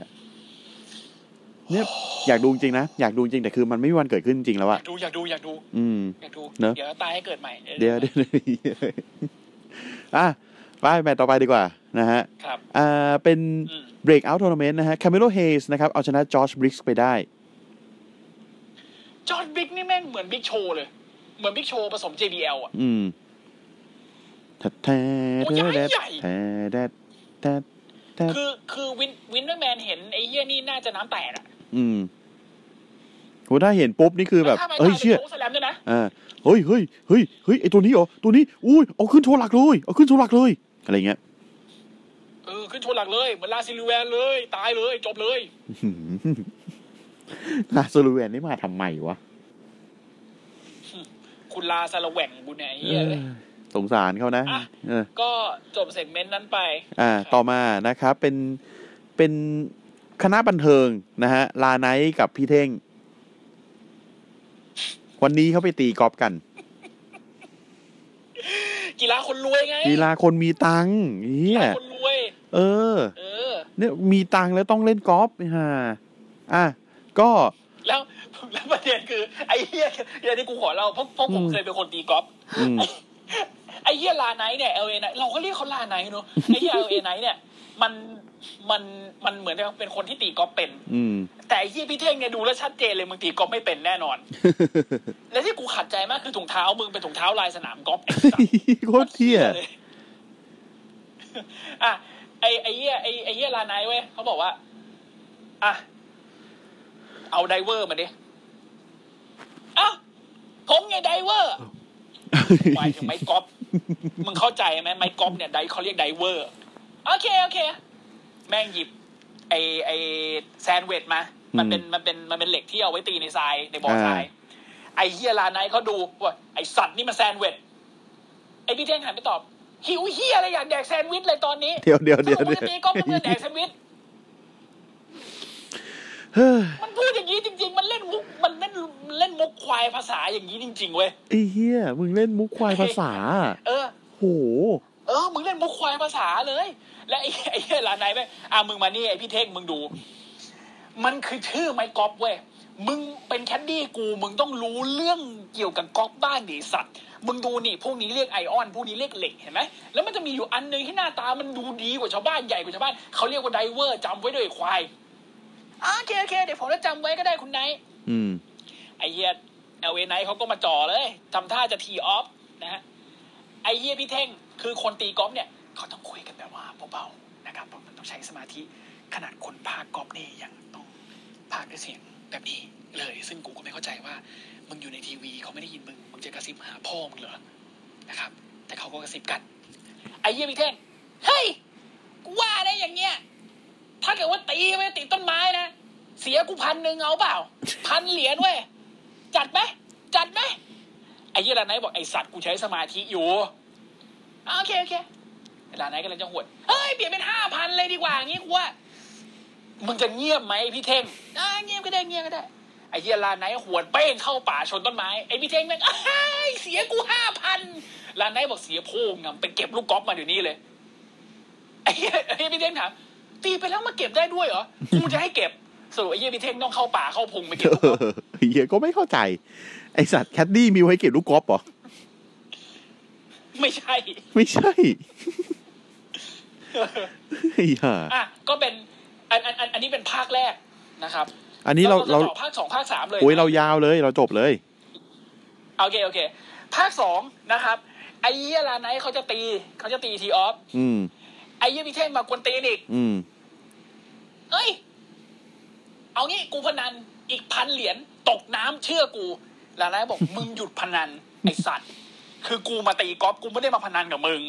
A: เนี่ยอยากดูจริงนะ อยากดูจริงแต่คือมันไม่มีวันเกิดขึ้นจริงแล้ว
B: อยา
A: อะ
B: กดูอยากดูอยากดู
A: อืม
B: อยากดู
A: เนอะ
B: เดี๋ยวตายให้เกิดใหม่ออ
A: เดี๋ยวเดี๋ยวเดี๋ยว เหี้ยอ่ะไปแมตต์ต่อไปดีกว่านะฮะ
B: ครับ
A: อ่าเป็น
B: อืม
A: breakout tournament นะฮะ Camilo Hayes นะครับ เอาชนะจอชบริกส์ไปได้
B: จอร์ดบิ๊กนี่แม่งเหมือนบิ๊กโชว์เลย เหมือนบิ๊กโชว์ผสม JBL อะ
A: อืมแท้แท้
B: โอ้ย
A: แท้
B: ใหญ่
A: แท้
B: ใหญ่
A: แท้แท้แท้แท้
B: คือคือวินวินเดอร์แมนเห็นไอ้เหี้ยนี่น่าจะน้ำแตกอะ
A: อืม โหถ้าเห็นปุ๊บนี่คือแบบ
B: ถ้าไม่
A: เฮ้ย
B: ตา
A: เชี่ย
B: ป็นโค้งแสแลมด้วยนะ
A: เออเฮ้ยเฮ้ยเฮ้ยเฮ้ยไอตัวนี้เหรอตัวนี้อุ้ยเอาขึ้นโชว์หลักเลยเอาขึ้นโชว์หลักเลยอะไรเงี้ย
B: เออ ขึ้นชนหลักเลย เหมือนลาซิลิเวนเลย ตายเลย จบเลย
A: หืมลาซาลูแวนนี่มาทำไมวะ
B: คุณลาซาละแหว่งบุญเนี่ยไอ้
A: เอ
B: เหี้ย
A: อ
B: เอ้ย
A: สงสารเขานะ
B: อ่ะ
A: เออ
B: ก็จบเซกเมนต์นั้นไป
A: อ่า ต่อมานะครับ เป็น เป็นคณะบันเทิงนะฮะ ลาไนท์กับพี่เท่ง วันนี้เขาไปตีกอล์ฟกัน
B: กีฬาคนรวยไง
A: กีฬาคนมีตังค์เฮี
B: กี
A: ย
B: ฬาคนรวย
A: เออ
B: เออ
A: เนี่ย มีตังค์แล้วต้องเล่นกอล์ฟฮะอ่ะ ก็
B: แล้วแล้วประเด็นคือ ไอ้เหี้ยอย่างที่กูขอเราเพราะเพราะผม
A: อืม
B: เคยเป็นคนตีกอล์ฟ
A: อืม
B: ไอ้เหี้ยลาไนท์เนี่ยเอลเอไนเราก็เรียกเขาลาไนท์เนอะไอ้เหี้ยเอลเอไนท์เนี่ยมันมันมันเหมือนกับเป็นคนที่ตีกอล์ฟเป็น
A: อืม
B: แต่ไอ้เหี้ยพี่เท่งเนี่ยดูแล้วชัดเจนเลยมึงตีกอล์ฟไม่เป็นแน่นอน และที่กูขัดใจมากคือถุงเท้ามึงเป็นถุงเท้าลายสนามกอล์ฟไอ้สัส
A: โค ตรเที่ย
B: อ่ะไอไอเยี่ยไอไอเยี่ยลาไนท์เว้ยเขาบอกว่า อ่ะ เอาไดเวอร์มาดิอ่ะผมไงไดเวอร์หมายถึงไม้กอล์ฟมึงเข้าใจไหมไม้กอล์ฟเนี่ยไดเขาเรียกไดเวอร์ โอเค โอเค แม่งหยิบ ไอไอแซนด์เวดมา มันเป็นมันเป็นมันเป็นเหล็กที่เอาไว้ตีในทรายในบ่อทราย
A: อ่า
B: ไอเฮียลาไนท์เขาดูว่าไอสัตว์นี่มาแซนด์เวดไอพี่เท่งหันไปตอบ หิวเฮียอะไรอยากแดกแซนด์วิชเลยตอนนี้
A: เดี๋ยวเดี๋ยวเดี๋ยว
B: สรุป
A: เดี๋
B: มึ
A: ย
B: งจะตีกอล์ฟแล้วมึง
A: ว
B: จะแดกแซนด์วิช
A: เฮ้ย
B: มันพูดอย่างนี้จริง ๆ มันเล่นมุก มันเล่นเล่นมุกควายภาษาอย่างนี้จริง ๆ เว้ย
A: ไอ้เฮียมึงเล่นมุกควายภาษา
B: เออ
A: โห
B: เออ มึงเล่นมุกควายภาษาเลย และไอ้ไอ้เหี้ยลานไหนไหมอ่ะมึงมานี่ไอ้พี่เท่งมึงดู มันคือชื่อไมค์กอล์ฟเว้ย มึงเป็นแคดดี้กู มึงต้องรู้เรื่องเกี่ยวกับกอล์ฟบ้างดิสัตว์ มึงดูนี่พวกนี้เรียกไอออนพวกนี้เรียกเหล็กเห็นไหม แล้วมันจะมีอยู่อันหนึงที่หน้าตามันดูดีกว่าชาวบ้านใหญ่กว่าชาวบ้านเขาเรียกว่าไดเวอร์จำไว้ด้วยไอ้ควายอ่ะโอเคโอเคเดี๋ยวผมจะจำไว้ก็ได้คุณไนท์
A: อืม
B: ไอเฮียเอลเอไนท์เขาก็มาจ่อเลยทำท่าจะทีออฟนะฮะ ไอเฮียพี่เท่ง คือคนตีกอล์ฟเนี่ย เขาต้องคุยกันแบบว่าเบาๆนะครับเพราะมันต้องใช้สมาธิ ขนาดคนพากกอล์ฟนี่ยังต้องพากด้วยเสียงแบบนี้เลย ซึ่งกูก็ไม่เข้าใจว่า มึงอยู่ในทีวีเขาไม่ได้ยินมึง มึงจะกระซิบหาพ่อมึงเหรอ นะครับ แต่เขาก็กระซิบกัน ไอเฮียพี่เท่ง เฮ้ย กูว่าได้อย่างเงี้ย ถ้าเกิดว่าตีไปติดต้นไม้นะ เสียกูพันหนึ่งเอาเปล่า พันเหรียญเว้ย จัดไหมจัดไหมไอ้เหี้ยลาไนท์บอกไอสัตว์กูใช้สมาธิอยู่อ่ะโอเคโอเคลาไนท์ก็เลยจะหวดเฮ้ยเปลี่ยนเป็นห้าพันเลยดีกว่างี้กูว่ามึงจะเงียบไหมพี่เท่งอ่ะเงียบก็ได้เงียบก็ได้ไอ้เหี้ยลาไนท์หวดเป้งเข้าป่าชนต้นไม้ไอ้พี่เท่งแม่งอ้ ายเสียกูห้าพันลาไนท์บอกเสียโพงงํไปเก็บลูกกอล์ฟมาเดี๋ยวนี้เลยไอ้เหี้ยไอ้พี่เท่งถามตีไปแล้วมาเก็บได้ด้วยเหรอกูจะให้เก็บสรุปไอ้เหี้ยพี่เท่งต้องเข้าป่าเข้าพงไปเก็บลูกกอล์ฟ
A: เฮียก็ไม่เข้าใจ ไอสัตว์แคดดี้มีไว้เก็บลูกกอล์ฟเหรอ
B: ไม่ใช่
A: ไม่ใช่ ไอ้ห่า
B: อ่ะ ก็เป็น อันอันอันอันนี้เป็นภาคแรกนะครับ
A: อันนี้เราเรา
B: จะต่อภาคสองภาคสามเลย
A: โอ้ยเรายาวเลยเราจบเลย
B: โอเคโอเค ภาคสองนะครับ ไอ้เยี่ยลาไนท์เขาจะตีเขาจะตีทีออฟ
A: อืม
B: ไอ้เยี่ยพี่เท่งมากวนตีนอีก
A: อืม
B: เอ้ย เอางี้กูพนันอีกพันเหรียญตกน้ำเชื่อกู ลาไนท์บอก มึงหยุดพนัน ไอสัตว์ คือกูมาตีกอล์ฟกูไม่ได้มาพนันกับมึง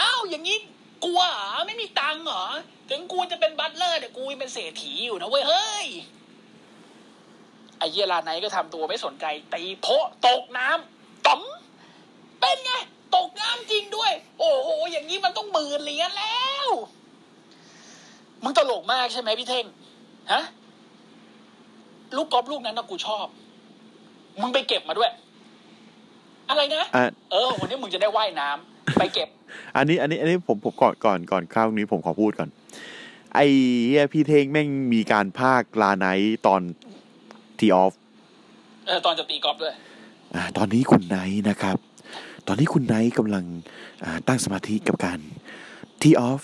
B: อ้าวอย่างนี้กลัวเหรอไม่มีตังค์เหรอ ถึงกูจะเป็นบัตเลอร์แต่กูยังเป็นเศรษฐีอยู่นะเว้ยเฮ้ย ไอเหี้ยลาไนท์ก็ทำตัวไม่สนใจตีโพะตกน้ำต๋อมเป็นไง ตกน้ำจริงด้วย โอ้โหอย่างนี้มันต้องหมื่นเหรียญแล้ว มึงตลกมากใช่ไหมพี่เท่ง ฮะ ลูกกอล์ฟลูกนั้นนะกูชอบ มึงไปเก็บมาด้วย อะไรนะ
A: อ่ะ
B: เออ วันนี้มึงจะได้ว่ายน้ำไปเก็บ
A: อันนี้ อันนี้ อันนี้ผมผมก่อนก่อนก่อนคราวนี้ผมขอพูดก่อน ไอ้เหี้ยพี่เทงแม่งมีการภาคลาไนท์ตอนทีออฟ
B: เออตอนจะตีกอล์ฟด้วย
A: อ่าตอนนี้คุณไนท์นะครับ ตอนนี้คุณไนท์กำลังอ่าตั้งสมาธิกับการทีออฟ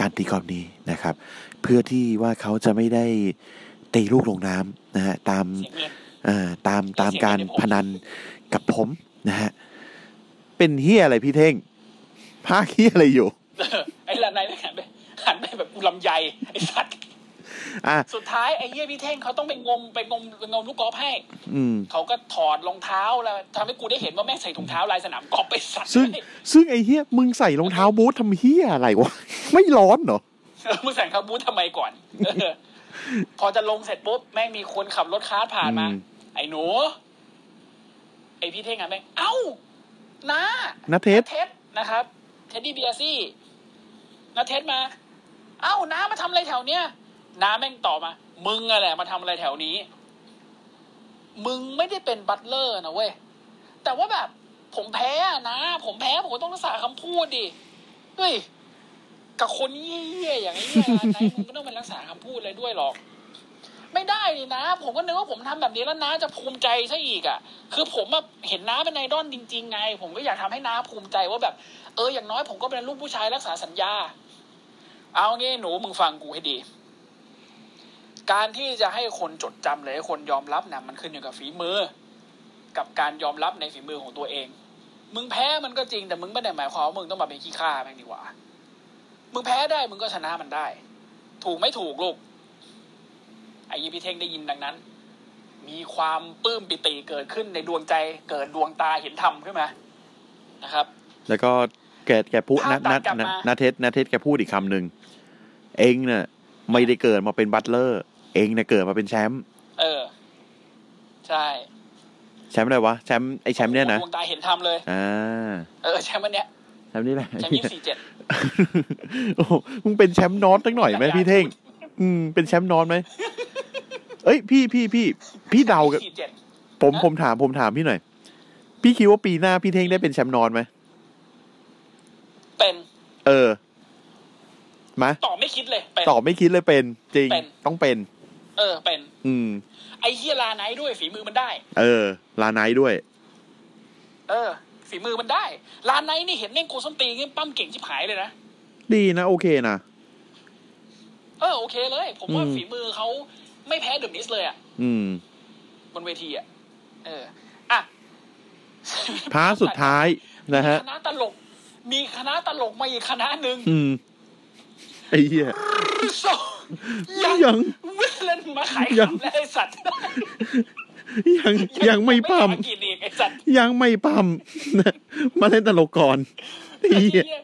A: การตีกรอบนี้นะครับ เพื่อที่ว่าเขาจะไม่ได้ตีลูกลงน้ำนะฮะตาม
B: เสียงเงิน
A: เอ่อตามตาม
B: เสียง
A: การ
B: เงินในผม
A: พนันกับผมนะฮะ เป็นเฮียอะไรพี่เท่งภาคเฮียอะไรอยู่
B: เออไอ้ละนายไม่หันไปหันไปแบบกูลำไยไอ้สัตว์
A: อ่ะ
B: สุดท้ายไอ้เหี้ยพี่เท่งเขาต้องไปงมไปงมไปงมลูกกอล์ฟให้
A: อืม
B: เขาก็ถอดรองเท้าแล้วทำให้กูได้เห็นว่าแม่งใส่ถุงเท้าลายสนามกอล์ฟไปสัตว์
A: ซึ่ง
B: เลย
A: ซึ่งไอ้เฮียมึงใส่รองเท้าบูททำเฮียอะไรวะ ไม่ร้อนเหรอ
B: เออมึงใส่รองเท้าบูททำไมก่อนเออพอจะลงเสร็จปุ๊บแม่งมีคนขับรถคาร์ทผ่านมา
A: อืม
B: ไอ้หนู ไอ้พี่เท่งอ่ะแม่งเอ้าน้า
A: นะเทส
B: เท็ดนะครับ เท็ดดี้เบียร์ซี่นาเท็ดมา เอ้าน้ามาทำอะไรแถวเนี้ยน้าแม่งตอบมา มึงอะแหละมาทำอะไรแถวนี้ มึงไม่ได้เป็นบัตเลอร์นะเว้ย แต่ว่าแบบ ผมแพ้อะนะ ผมแพ้ผมก็ต้องรักษาคำพูดดิเฮ้ยกับคนเยี่ยๆอย่างไอ้เนี้ยนายมึงก็ต้องไปรักษาคำพูดอะไรด้วยหรอก ไม่ได้นี่นะ ผมก็นึกว่าผมทำแบบนี้แล้วน้าจะภูมิใจซะอีกอะ่ะ คือผมอะเห็นน้าเป็นไอดอลจริง ๆ ไง ผมก็อยากทำให้น้าภูมิใจว่าแบบ เอออย่างน้อยผมก็เป็นลูกผู้ชายรักษาสัญญา เอางี้หนูมึงฟังกูให้ดี การที่จะให้คนจดจำเลยคนยอมรับนะมันขึ้นอยู่กับฝีมือ กับการยอมรับในฝีมือของตัวเอง มึงแพ้มันก็จริงแต่มึงไม่ได้หมายความว่ามึงต้องมาเป็นขี้ข้าแม่งดีกว่า มึงแพ้ได้มึงก็ชนะมันได้ ถูกไม่ถูกลูก ไอ้ยี่พี่เท่งได้ยินดังนั้น มีความปลื้มปิติเกิดขึ้นในดวงใจเกิดดวงตาเห็นธรรมขึ้นมานะครับ
A: แล้วก็แกแกพูดนะนะนะนะเทสนะเทสแกพูดอีกคำหนึ่งเองเนี่ยไม่ได้เกิดมาเป็นบัตเลอร์ เองเนี่ยเกิดมาเป็นแชมป์
B: เออ ใช่
A: แชมป์อะไรวะแชมป์ไอ้แชมป์เนี่ยนะ
B: ดวงตาเห็นทำเลย
A: อ่า
B: เออแชมป์อันเนี้ย
A: แชมป์นี่แหละ
B: แชมป์ยี่สี่เจ็ด
A: โอ้โหมึงเป็นแชมป์นอตตั้งหน่อยไหมพี่เท่ง อืมเป็นแชมป์นอนไหมเอ้ยพี่พี่พี่พี่เดากัน
B: สี่เจ็ด
A: ผมผมถามผมถามพี่หน่อย พี่คิดว่าปีหน้าพี่เท่งได้เป็นแชมป์นอนไหม
B: เป็น
A: เออมา
B: ตอบไม่คิดเลยเป็น
A: ตอบไม่คิดเลยเป็น จริง
B: เป็น
A: ต้องเป็น
B: เออ เป็น
A: อืม
B: ไอ้เฮียลาไนท์ด้วยฝีมือมันได้
A: เออ ลาไนท์ด้วย
B: เออ ฝีมือมันได้ ลาไนท์นี่เห็นแม่งโกส้นตีนเงี้ยปั้มเก่งชิบหายเลยนะ
A: ดีนะ โอเคนะ
B: เออโอเคเลย ผมว่า
A: อืม
B: ฝีมือเขาไม่แพ้เดอะมิสเลยอะ
A: อืม
B: บนเวทีอะเออ อ่ะ
A: พาร์ทสุดท้ายนะฮะ
B: คณะตลก มีคณะตลกมาอีกคณะหนึ่ง
A: อืมไอ้เหี้ย
B: โซ่ยัง
A: ยัง
B: ไม่เล่นมาขายคำแล้วไอ้สัตว์
A: ยังยังไม่ปั๊ม
B: ด้ภาษาอังกฤษอีกไอ้สัตว์
A: ยังไม่ปั๊มนะมาเล่นตลกก่อนไอ้
B: ไอ้
A: เหี้ย
B: เหี้ย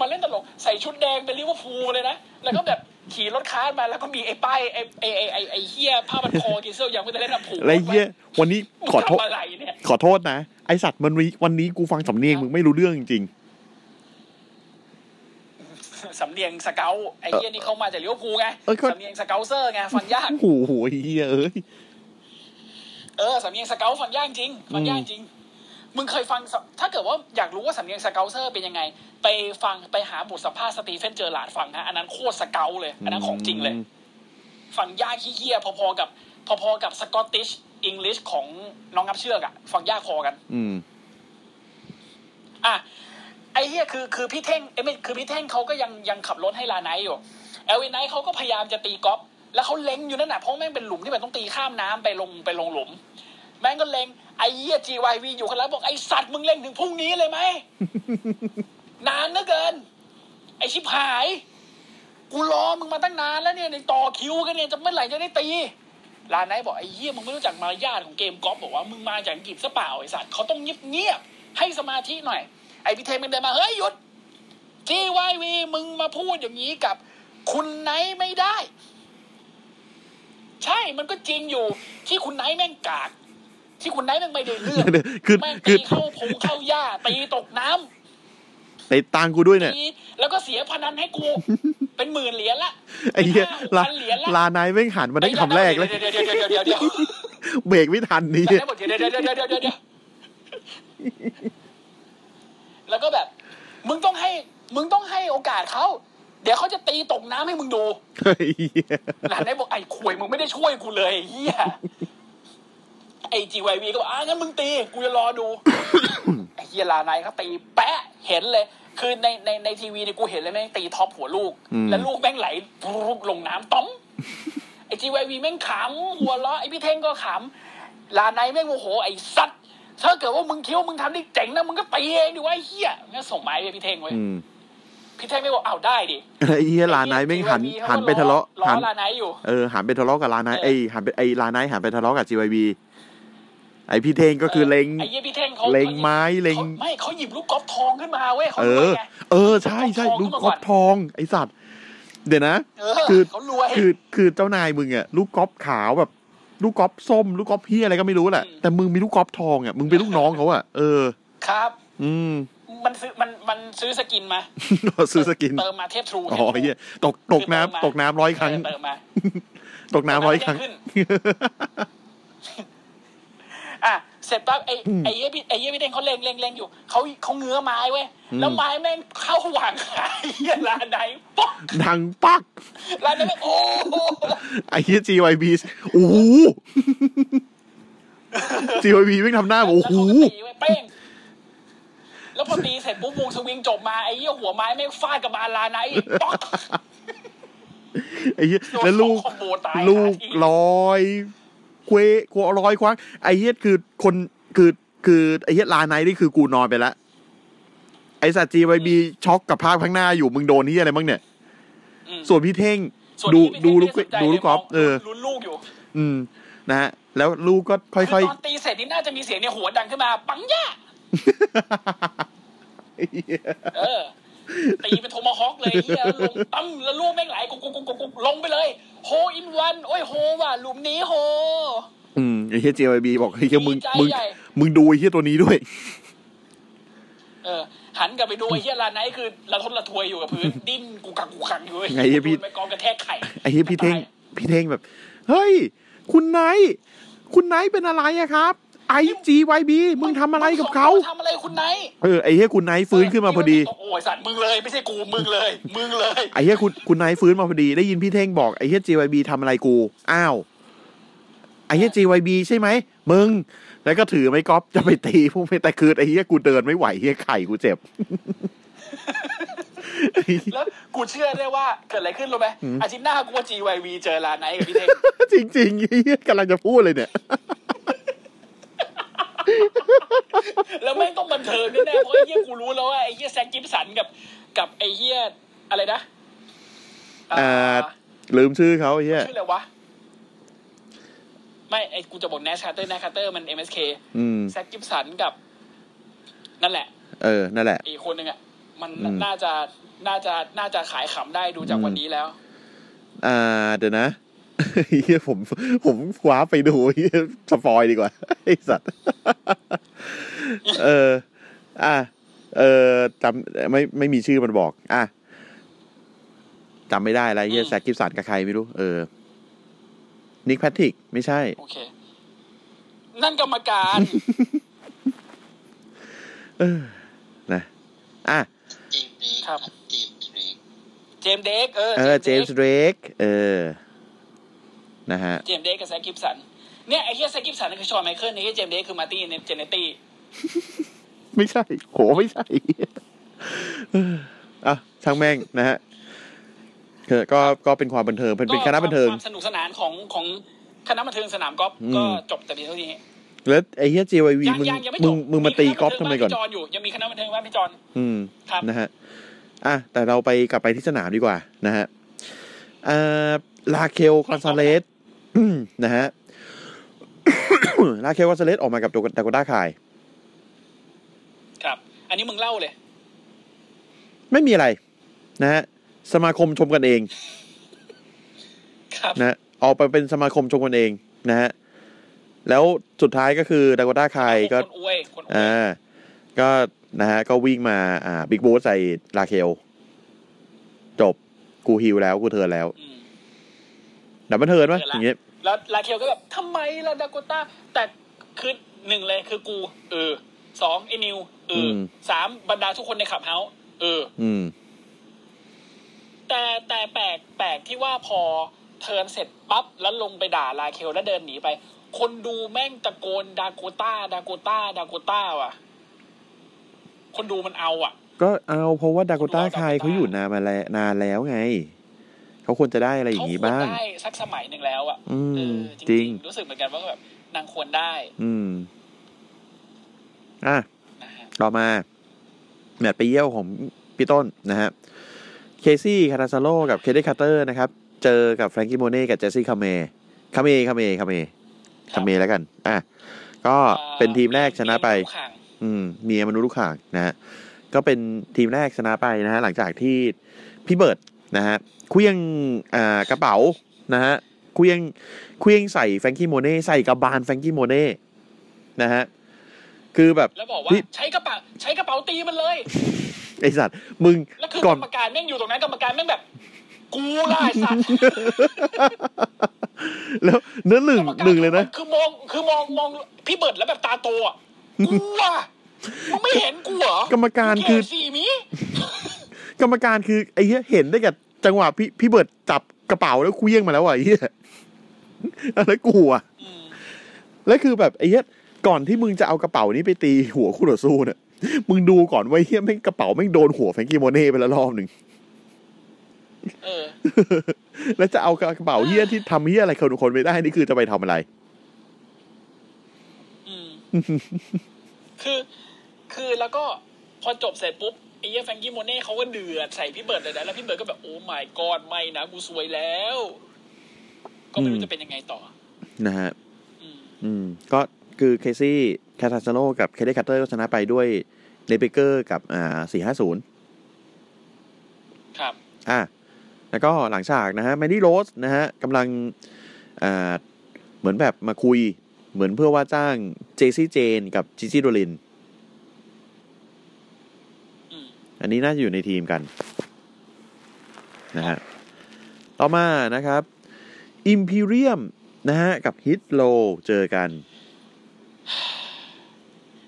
B: มาเล่นตลกใส่ชุดแดงเป็นลิเวอร์พูลเลยนะ แล้วก็แบบขี่รถคาร์ทมาแล้วก็มีไอ้ป้ายไอ้ไอ้ไอ้ไอ้ไอ้เฮียผ้ามันคอกีเซลยังไม่ได้เล่นลำผูก
A: อะไรเหี้ยวันนี้
B: มึง
A: ขอโทษ
B: ทำอะไรเนี่ย
A: ขอโทษนะ ไอสัตว์มันวันนี้กูฟังสำเนียงมึงไม่รู้เรื่องจริง
B: สำเนียงสเกลไอ้เฮียนี่เขามาจากลิเวอร์พูลไง
A: เอ้ยก็
B: สำเนียงสเกลเซอร์ไงฟังยาก
A: ๆโอ้โหเหี้ยเอ้ย
B: เออสำเนียงสเกลฟังยากจริงฟังยากจริง มึงเคยฟังสถ้าเกิดว่าอยากรู้ว่าสำเนียงสเกลเซอร์เป็นยังไง ไปฟังไปหาบทสัมภาษณ์สตีเฟนเจอร์ลาร์ดฟังฮะอันนั้นโคตรสเกลเลย อันนั้นของจริงเลย ฟังยากขี้เกียจพอๆกับ พอๆกับสกอตติชอังกฤษของน้องงับเชือกอะฟังยากพอกัน
A: อืม
B: อ่ะไอ้เฮียคือคือพี่เท่งเอ้ยไม่คือพี่เท่งเขาก็ยังยังขับรถให้ลาไนท์อยู่เอลวินไนท์เขาก็พยายามจะตีกอล์ฟแล้วเขาเล็งอยู่นั่นน่ะเพราะแม่งเป็นหลุมที่มันต้องตีข้ามน้ำไปลงไปลงหลุม แม่งก็เล็งไอ้เฮียจีววีอยู่ข้างหล่างบอกไอ้สัตว์มึงเล็งถึงพรุ่งนี้เลยไหม นานเหลือเกิน ไอ้ชิบหาย กูรอมึงมาตั้งนานแล้วเนี่ยในต่อคิวกันเนี่ยจะเมื่อไหร่จะได้ตีลาไนท์บอกไอ้เหี้ยมึงไม่รู้จักมารยาทของเกมกอล์ฟบอกว่ามึงมาจากอังกฤษซะเปล่าไอ้สัตว์เขาต้องเงียบเงียบๆให้สมาธิหน่อย ไอ้พี่เทมมันเดินมาเฮ้ยหยุดจีวายวีมึงมาพูดอย่างนี้กับ คุณไนท์ไม่ได้ ใช่มันก็จริงอยู่ ที่คุณไนท์แม่งกาก ที่คุณไนท์แม่งไม่ได้เรื่อง
A: เดี๋ยว คือ
B: แม่ง
A: คื
B: ตี
A: อ
B: เข้าพงเข้าหญ้าตีตกน้ำ
A: ติดตามกูด้วยเนี่ย
B: ปีแล้วก็เสียพนันให้กู เป็นหมื่นเหรียญละ
A: ไอ้เหี้ย
B: ลา
A: ลา
B: เหรียญละ
A: ลานายแม่งหันมาได้คำแรกเลย
B: เดี๋ยวเดี๋ยวเดี๋ยวเดี๋ยวเดี๋ยวเดี๋ยว
A: เบรกไม่ทันนี่
B: แล้วบอกเดี๋ยวเดี๋ยวเดี๋ยวเดี๋ยวเดี๋ยวแล้วก็แบบ มึงต้องให้ มึงต้องให้โอกาสเขาเดี๋ยวเขาจะตีตกน้ำให้มึงดู
A: ไอ้เหี้ย
B: หลานได้บอกไอ้ควยมึงไม่ได้ช่วยกูเลยไอ้เฮียไอ้จีววีก็บอกอ่ะงั้นมึงตี กูจะรอดู ไอ้เฮียลานายเขาตีแปะเห็นเลย คือในในในทีวีเนี่ยกูเห็นเลยแม่งตีท็อปหัวลูก แล้วลูกแม่งไหลลูกลงน้ำต้อม ไอ้จีววีแม่งขำหัวเราะไอ้พี่เท่งก็ขำลานายแม่งโมโหไอ้สัตว์ถ้าเกิดว่ามึงคิดว่ามึงทำได้เจ๋งนะมึงก็ตีเองดิวะไอ้เฮียงั้นส่งไม้ไปพี่เท่งไว้ย
A: อืม
B: พี่แท่งไม่บอกอ้าวได้ดิ
A: ไอ้เฮียลาไนท์แม่งหัน หันไปทะเลาะ
B: หั
A: หั
B: น
A: น
B: ลาไนท์อยู่
A: เออหันไปทะเลาะกับลาไนท์ไอ้ยหันไปไอ้ลาไนท์หันไปทะเลาะกับจีวบีไอ้พี่เทงก็คือเล็ง
B: ไอ้เหี้ยพี่เท่งเขา
A: เล็งไม้เล็ง
B: ขาไม่เขาหยิบลูกกอล์ฟทองขึ้นมาเว้ยเขา
A: เอ
B: รวย
A: อ
B: ไง
A: เออ ใช่ใช่
B: ลู
A: ลู
B: ก
A: ก
B: ก
A: ก
B: อ
A: อ
B: ล์
A: ล์
B: ฟ
A: ฟ
B: ท
A: ท
B: อ
A: อง ง ไอสัตว์ เดี๋ยวนะ
B: เออ
A: คือ
B: เขารวย
A: คือคือเจ้านายมึงอะลูกกอล์ฟขาวแบบ ลูกกอล์ฟส้ม ลูกกอล์ฟเฮียอะไรก็ไม่รู้แหละ
B: อืม
A: แต่มึงมีลูกกอล์ฟทองอะมึงเป็นลูกน้องเขาอะเออ
B: ครับ
A: อืม
B: มันซื้อมันมันซื้อสกินมา
A: ซื้อสกิน
B: เติมมาเทพทรู
A: อ๋อไอ้เฮียตกตกน้ำตกน้ำร้อยครั้ง
B: เติมมา
A: ตกน้ำร้อยครั้ง
B: ขึ้น อ่ะเสร็จปั๊บไอ้ไอ้เหี้ยพี่ไอ้เหี้ยพี่เท่งเขาเล็งเล็งเล็งอยู่เขาเขาเงื้อไม้เว้ยแล้วไม้แม่งเข้าหว่าง ขาไอ้เหี้ยลาไนท์ป๊อก
A: ดังปัก
B: ลาไนท์แม่งโอ้โห
A: ไอ้เฮีย GYB โอ้โห GYB วิ่งทำหน้าแบบโอ้
B: แล้ว
A: โห
B: เขาก็ตีไว้ยเป้งแล้วพอตีเสร็จปุ๊บวงสวิงจบมาไอ้เหี้ยหัวไม้แม่งฟาดกับบานลาไนท์ป๊อก
A: ไอ้เหี้ยแล้วลูก
B: โดนคอมโบตาย
A: ลูก
B: ขาดอีก
A: ลอยเควกัวร้อยคว้างไอ้เหี้ยคือคนคือคือไอ้เหี้ยลาไนท์นี่คือกูนอนไปแล้วไอ้สัตว์จีไปบีช็อกกับภาพข้างหน้าอยู่มึงโดนที่อะไรบ้างเนี่ย
B: อืม
A: ส่วนพี่เท่ง
B: ส่วน
A: ดู
B: ที่ไม่ไ
A: ดูลูก
B: ไม่ไสนใจ
A: ดูลูกกอล์ฟ
B: มง
A: เออ
B: ลุ้นลูกอยู่
A: อืม นะฮะ แล้วลูกก็ค่
B: คือ
A: อย
B: ตอนตีเสร็จนี่น่าจะมีเสียงในหัวดังขึ้นมา ปังย่า
A: ๆ
B: เออ ตีเป็นโทมาฮอคเลยเฮียแล้วลงตั้มแล้วลูกแม่งไหลกุกกุกกุกกุกกุกลงไปเลยโฮอินวัน โอ้ยโฮว่ะหลุมนี้โฮ
A: อืมไอ้เหี้ยจีไปบีบอกไอ้เหี้ยมึง
B: ดีใจ
A: มึง
B: ใหญ่
A: มึงดูไอ้เหี้ยตัวนี้ด้วย
B: เออ หันกลับไปดูไอ้เฮียลานไนท์คือระทนระทวยอยู่กับพื้น ดิ้นกุกกักกุกกักอยู่เว้ย
A: ไงเหี้ยพี่
B: โดนไปกองกระแทกไข่
A: ไอ้เหี้ยพี่เท่ง
B: ตาย
A: พี่เท่งแบบ เฮ้ย คุณไนท์คุณไนท์เป็นอะไรอะครับไอจีวบีมึงทำอะไรกับเขา
B: ทำอะไรคุณไนท์
A: เออไอ้เหี้ยคุณไนท์ฟื้นขึ้นมาพอดี
B: โอ้ยสัตว์มึงเลย ไม่ใช่กูมึงเลย มึงเลย
A: ไอ้เหี้ยคุณคุณไนท์ฟื้นมาพอดี ได้ยินพี่เท่งบอกไอ้เหี้ยจีวบีทำอะไรกูอ้าวไอ้เหี้ยจีวบีใช่ไหมมึง แล้วก็ถือไม้กอล์ฟจะไปตีพวกไม่แต่คือไอ้เหี้ยกูเดินไม่ไหวเหี้ยไข่กู เจ็บ
B: แล้วกูเชื่อได้ว่าเกิดอะไรขึ้นรู้ไหมอาทิตย์หน้ากูว่า GYV เจอลาไนท์กับพี่เท่ง
A: จริงๆไอ้เหี้ยกำลังจะพูดเลยเนี่ย
B: แล้วแม่งต้องบันเทิงแน่ๆเพราะไอ้เหี้ยกูรู้แล้วว่าไอ้เหี้ยแซกกิฟสันกับ กับไอ้เหี้ยอะไรนะ
A: เอ่อลืมชื่อเขาไอ้เหี้ย
B: ชื่ออะไรวะ ไม่ไอ้กูจะบอกแนชคาร์เตอร์แนชคาร์เตอร์มัน MSK
A: อืม
B: แซกกิฟสันกับ นั่นแหละ
A: เออ นั่นแหละ
B: อีกคนหนึ่งอ่ะ มัน
A: อืม
B: น่าจะน่าจะน่าจะขายขำได้ดูจากวันนี้แล้ว
A: อ่าเดี๋ยวนะ เฮียผมผมคว้าไปดูเฮียสปอยดีกว่า ไอสัตว์ เออ อ่ะเออจำไม่ไม่มีชื่อมันบอก อ่ะจำไม่ได้แล้วเฮีย
B: อืม
A: แซคกิฟสันกับใครไม่รู้ เออ นิกแพทริก ไม่ใช่
B: โอเค นั่นกรรมการ
A: นะ อ่ะ
C: เจมส์เดก
B: ครับ
C: เจมส์เดก
B: เจมส์เด็กเออ
A: เออ เจม
B: ด็ก
A: ส์เดรก เออ นะฮะ
B: เจมส์เดย์กับแซคกิฟสัน เนี่ยไอ้เฮียแซคกิฟสันนนคือชอนไมเคิลไอ้เฮียเจมส์เดย์คือมาร์ตี้เจเนตี้
A: ไม่ใช่ โห ไม่ใช่ อ่ะ ช่างแม่งนะฮะเออก็ ก็เป็นความบันเทิง เป็น เป็นคณะบันเทิง
B: ความสนุกสนานของของคณะบันเทิงสนามกอล์ฟ
A: อืม
B: ก็จบแต่เพียงเท่านี้
A: แล้วไอ้เฮีย JYV
B: ยัง
A: มึง
B: ยังยังไม่จ
A: มึ
B: บ
A: ง มึงมาตีกอล์ฟทำไมก่อน
B: คณะบันเทิงบ้าพี่จอนอยู่ยังมีคณะบันเทิงบ้านพี่จอน
A: อืม
B: ครับ
A: นะฮะ อ่ะ แต่เราไปกลับไปที่สนามดีกว่า นะฮะเอ่อลาเคลกอนซาเลส นะฮ ะ ลาเคลกอนซาเลสออกมากับดากต้าคาย
B: ครับ อันนี้มึงเล่าเลย
A: ไม่มีอะไร นะฮะ สมาคมชมกันเอง
B: ครับ
A: นะฮะออกไปเป็นสมาคมชมกันเองนะฮะ แล้วสุดท้ายก็คือดากต้าคายก็
B: คนอวยคนอวย
A: อ่า ก็นะฮะ ก็วิ่งมาอ่าบิ๊กบูธใส่ลาเคลจบกูฮิวแล้วกูเทิร์นแล้ว
B: ม
A: ดับเบิลเทิร์นปะ
B: เทิร์นละ
A: อย่างเงี้ย
B: แล้วลาเคลก็แบบทำไมล่ะดากต้า แต่คือหนึ่งเลยคือกู เออสองไอ้นิวเอออ
A: ม
B: สามบรรดาทุกคนในขับเฮาส์เออ
A: อืม
B: แต่แต่แปลกแปลกที่ว่าพอเทิร์นเสร็จปั๊บแล้วลงไปด่าลาเคลแล้วเดินหนีไป คนดูแม่งตะโกนดาโกต้าดาโกต้าดาโกต้าว่ะ คนดูมันเอาอ่ะ
A: ก็เอาเพราะว่าดากต้าคาย
B: เขา
A: เขา
B: อ
A: อยู่ ยู่นานมาแล้วนานแล้วไง เขาควรจะได้อะไรอ
B: เขา
A: ย่างงี้
B: ควร
A: บ้าง
B: ได้สักสมัยหนึ่งแล้วอ่ะ
A: อื
B: เอ
A: ม
B: อ
A: จริง
B: ๆรู้สึกเหมือนกันว่าแบบนางควรได้
A: อืม อ่ะ
B: นะฮะ
A: ต่อมาแมตช์ไปเยี่ยวของ พี่ต้นนะฮะ เคซี่คาราซาโลกับเคเดคัตเตอร์นะครับ เจอกับแฟรงกี้โมเน่กับเจสซี่คาเมคาเมคาเมคาเมคาเมแล้วกัน อ่ะ ก็เป็นทีมแรกชนะไป
B: เมียคู่แข่ง
A: อืมเมียมนุษย์ลูกข่างนะฮะก็เป็นทีมแรกชนะไปนะฮะหลังจากที่พี่เบิร์ดนะฮะเคลี้ยงอ่ากระเป๋านะฮะเคลี้ยงเคลี้ยงใส่แฟรงกี้โมเน่ใส่กระบาลแฟรงกี้โมเน่นะฮะคือแบบ
B: แล้วบอกว่า
A: พี่
B: ใช้กระเป๋าใช้กระเป๋าตีมันเลย
A: ไอสัตว์มึง
B: แล้วคือ
A: ก่
B: ก
A: อ
B: ร
A: น
B: รมการแม่งอยู่ตรงนั้นกรรมการแม่งแบบ กูล่ะไอ้สัตว์
A: แล้วเนื้อหนึ่ง
B: กรรม การ
A: หนึ่งเลยนะ
B: คือมองคือมองมองพี่เบิร์ดแล้วแบบตาโตอ่ะกูล่ะมึงไม่เห็นกูเหรอก
A: รรมการคือ
B: เยดสีมี
A: กรรมการคือไอ้เหี้ยเห็นได้กับจังหวะพี่พี่เบิร์ดจับกระเป๋าแล้วเคลี้ยงมาแล้วอ่ะไอ้เหี้ย แล้วกูอ่ะ
B: อืม
A: แล้วคือแบบไอ้เหี้ยก่อนที่มึงจะเอากระเป๋านี้ไปตีหัวคู่ต่อสู้เนี่ยมึงดูก่อนว่าไอ้เหี้ยแม่งกระเป๋าแม่งโดนหัวแฟรงกี้โมเน่ไปและรอบหนึ่ง
B: เออ
A: แล้วจะเอากระเป๋าเหี้ยที่ทำเหี้ยอะไรคนคนไม่ได้นี่คือจะไปทำอะไร
B: อืม คือ คือแล้วก็พอจบเสร็จปุ๊บไอ้เหี้ยแฟรงกี้โมเน่เขาก็เดือดใส่พี่เบิร์ดเลยนะแล้วพี่เบิร์ดก็แบบโอ้ my god ไม่นะกูซวยแล้ว ก็ไม่
A: อื
B: รู้
A: ม
B: จะเป็นยังไงต่อ
A: นะฮะ
B: อืม
A: อืม ก็คือเคซี่แคทาซาโลกับเคเดคัตเตอร์ก็ชนะไปด้วยเนเบเกอร์กับอ่าสี่ห้าศูนย์
B: ครับ
A: อ่ะ แล้วก็หลังฉากนะฮะแมนดี้โรสนะฮะกำลังอ่าเหมือนแบบมาคุย เหมือนเพื่อว่าจ้างเจซี่เจนกับจิจิโดลิน
B: อืม
A: อันนี้น่าจะอยู่ในทีมกันนะฮะ ต่อมานะครับอิมพีเรียมนะฮะ กับฮิตโลเจอกัน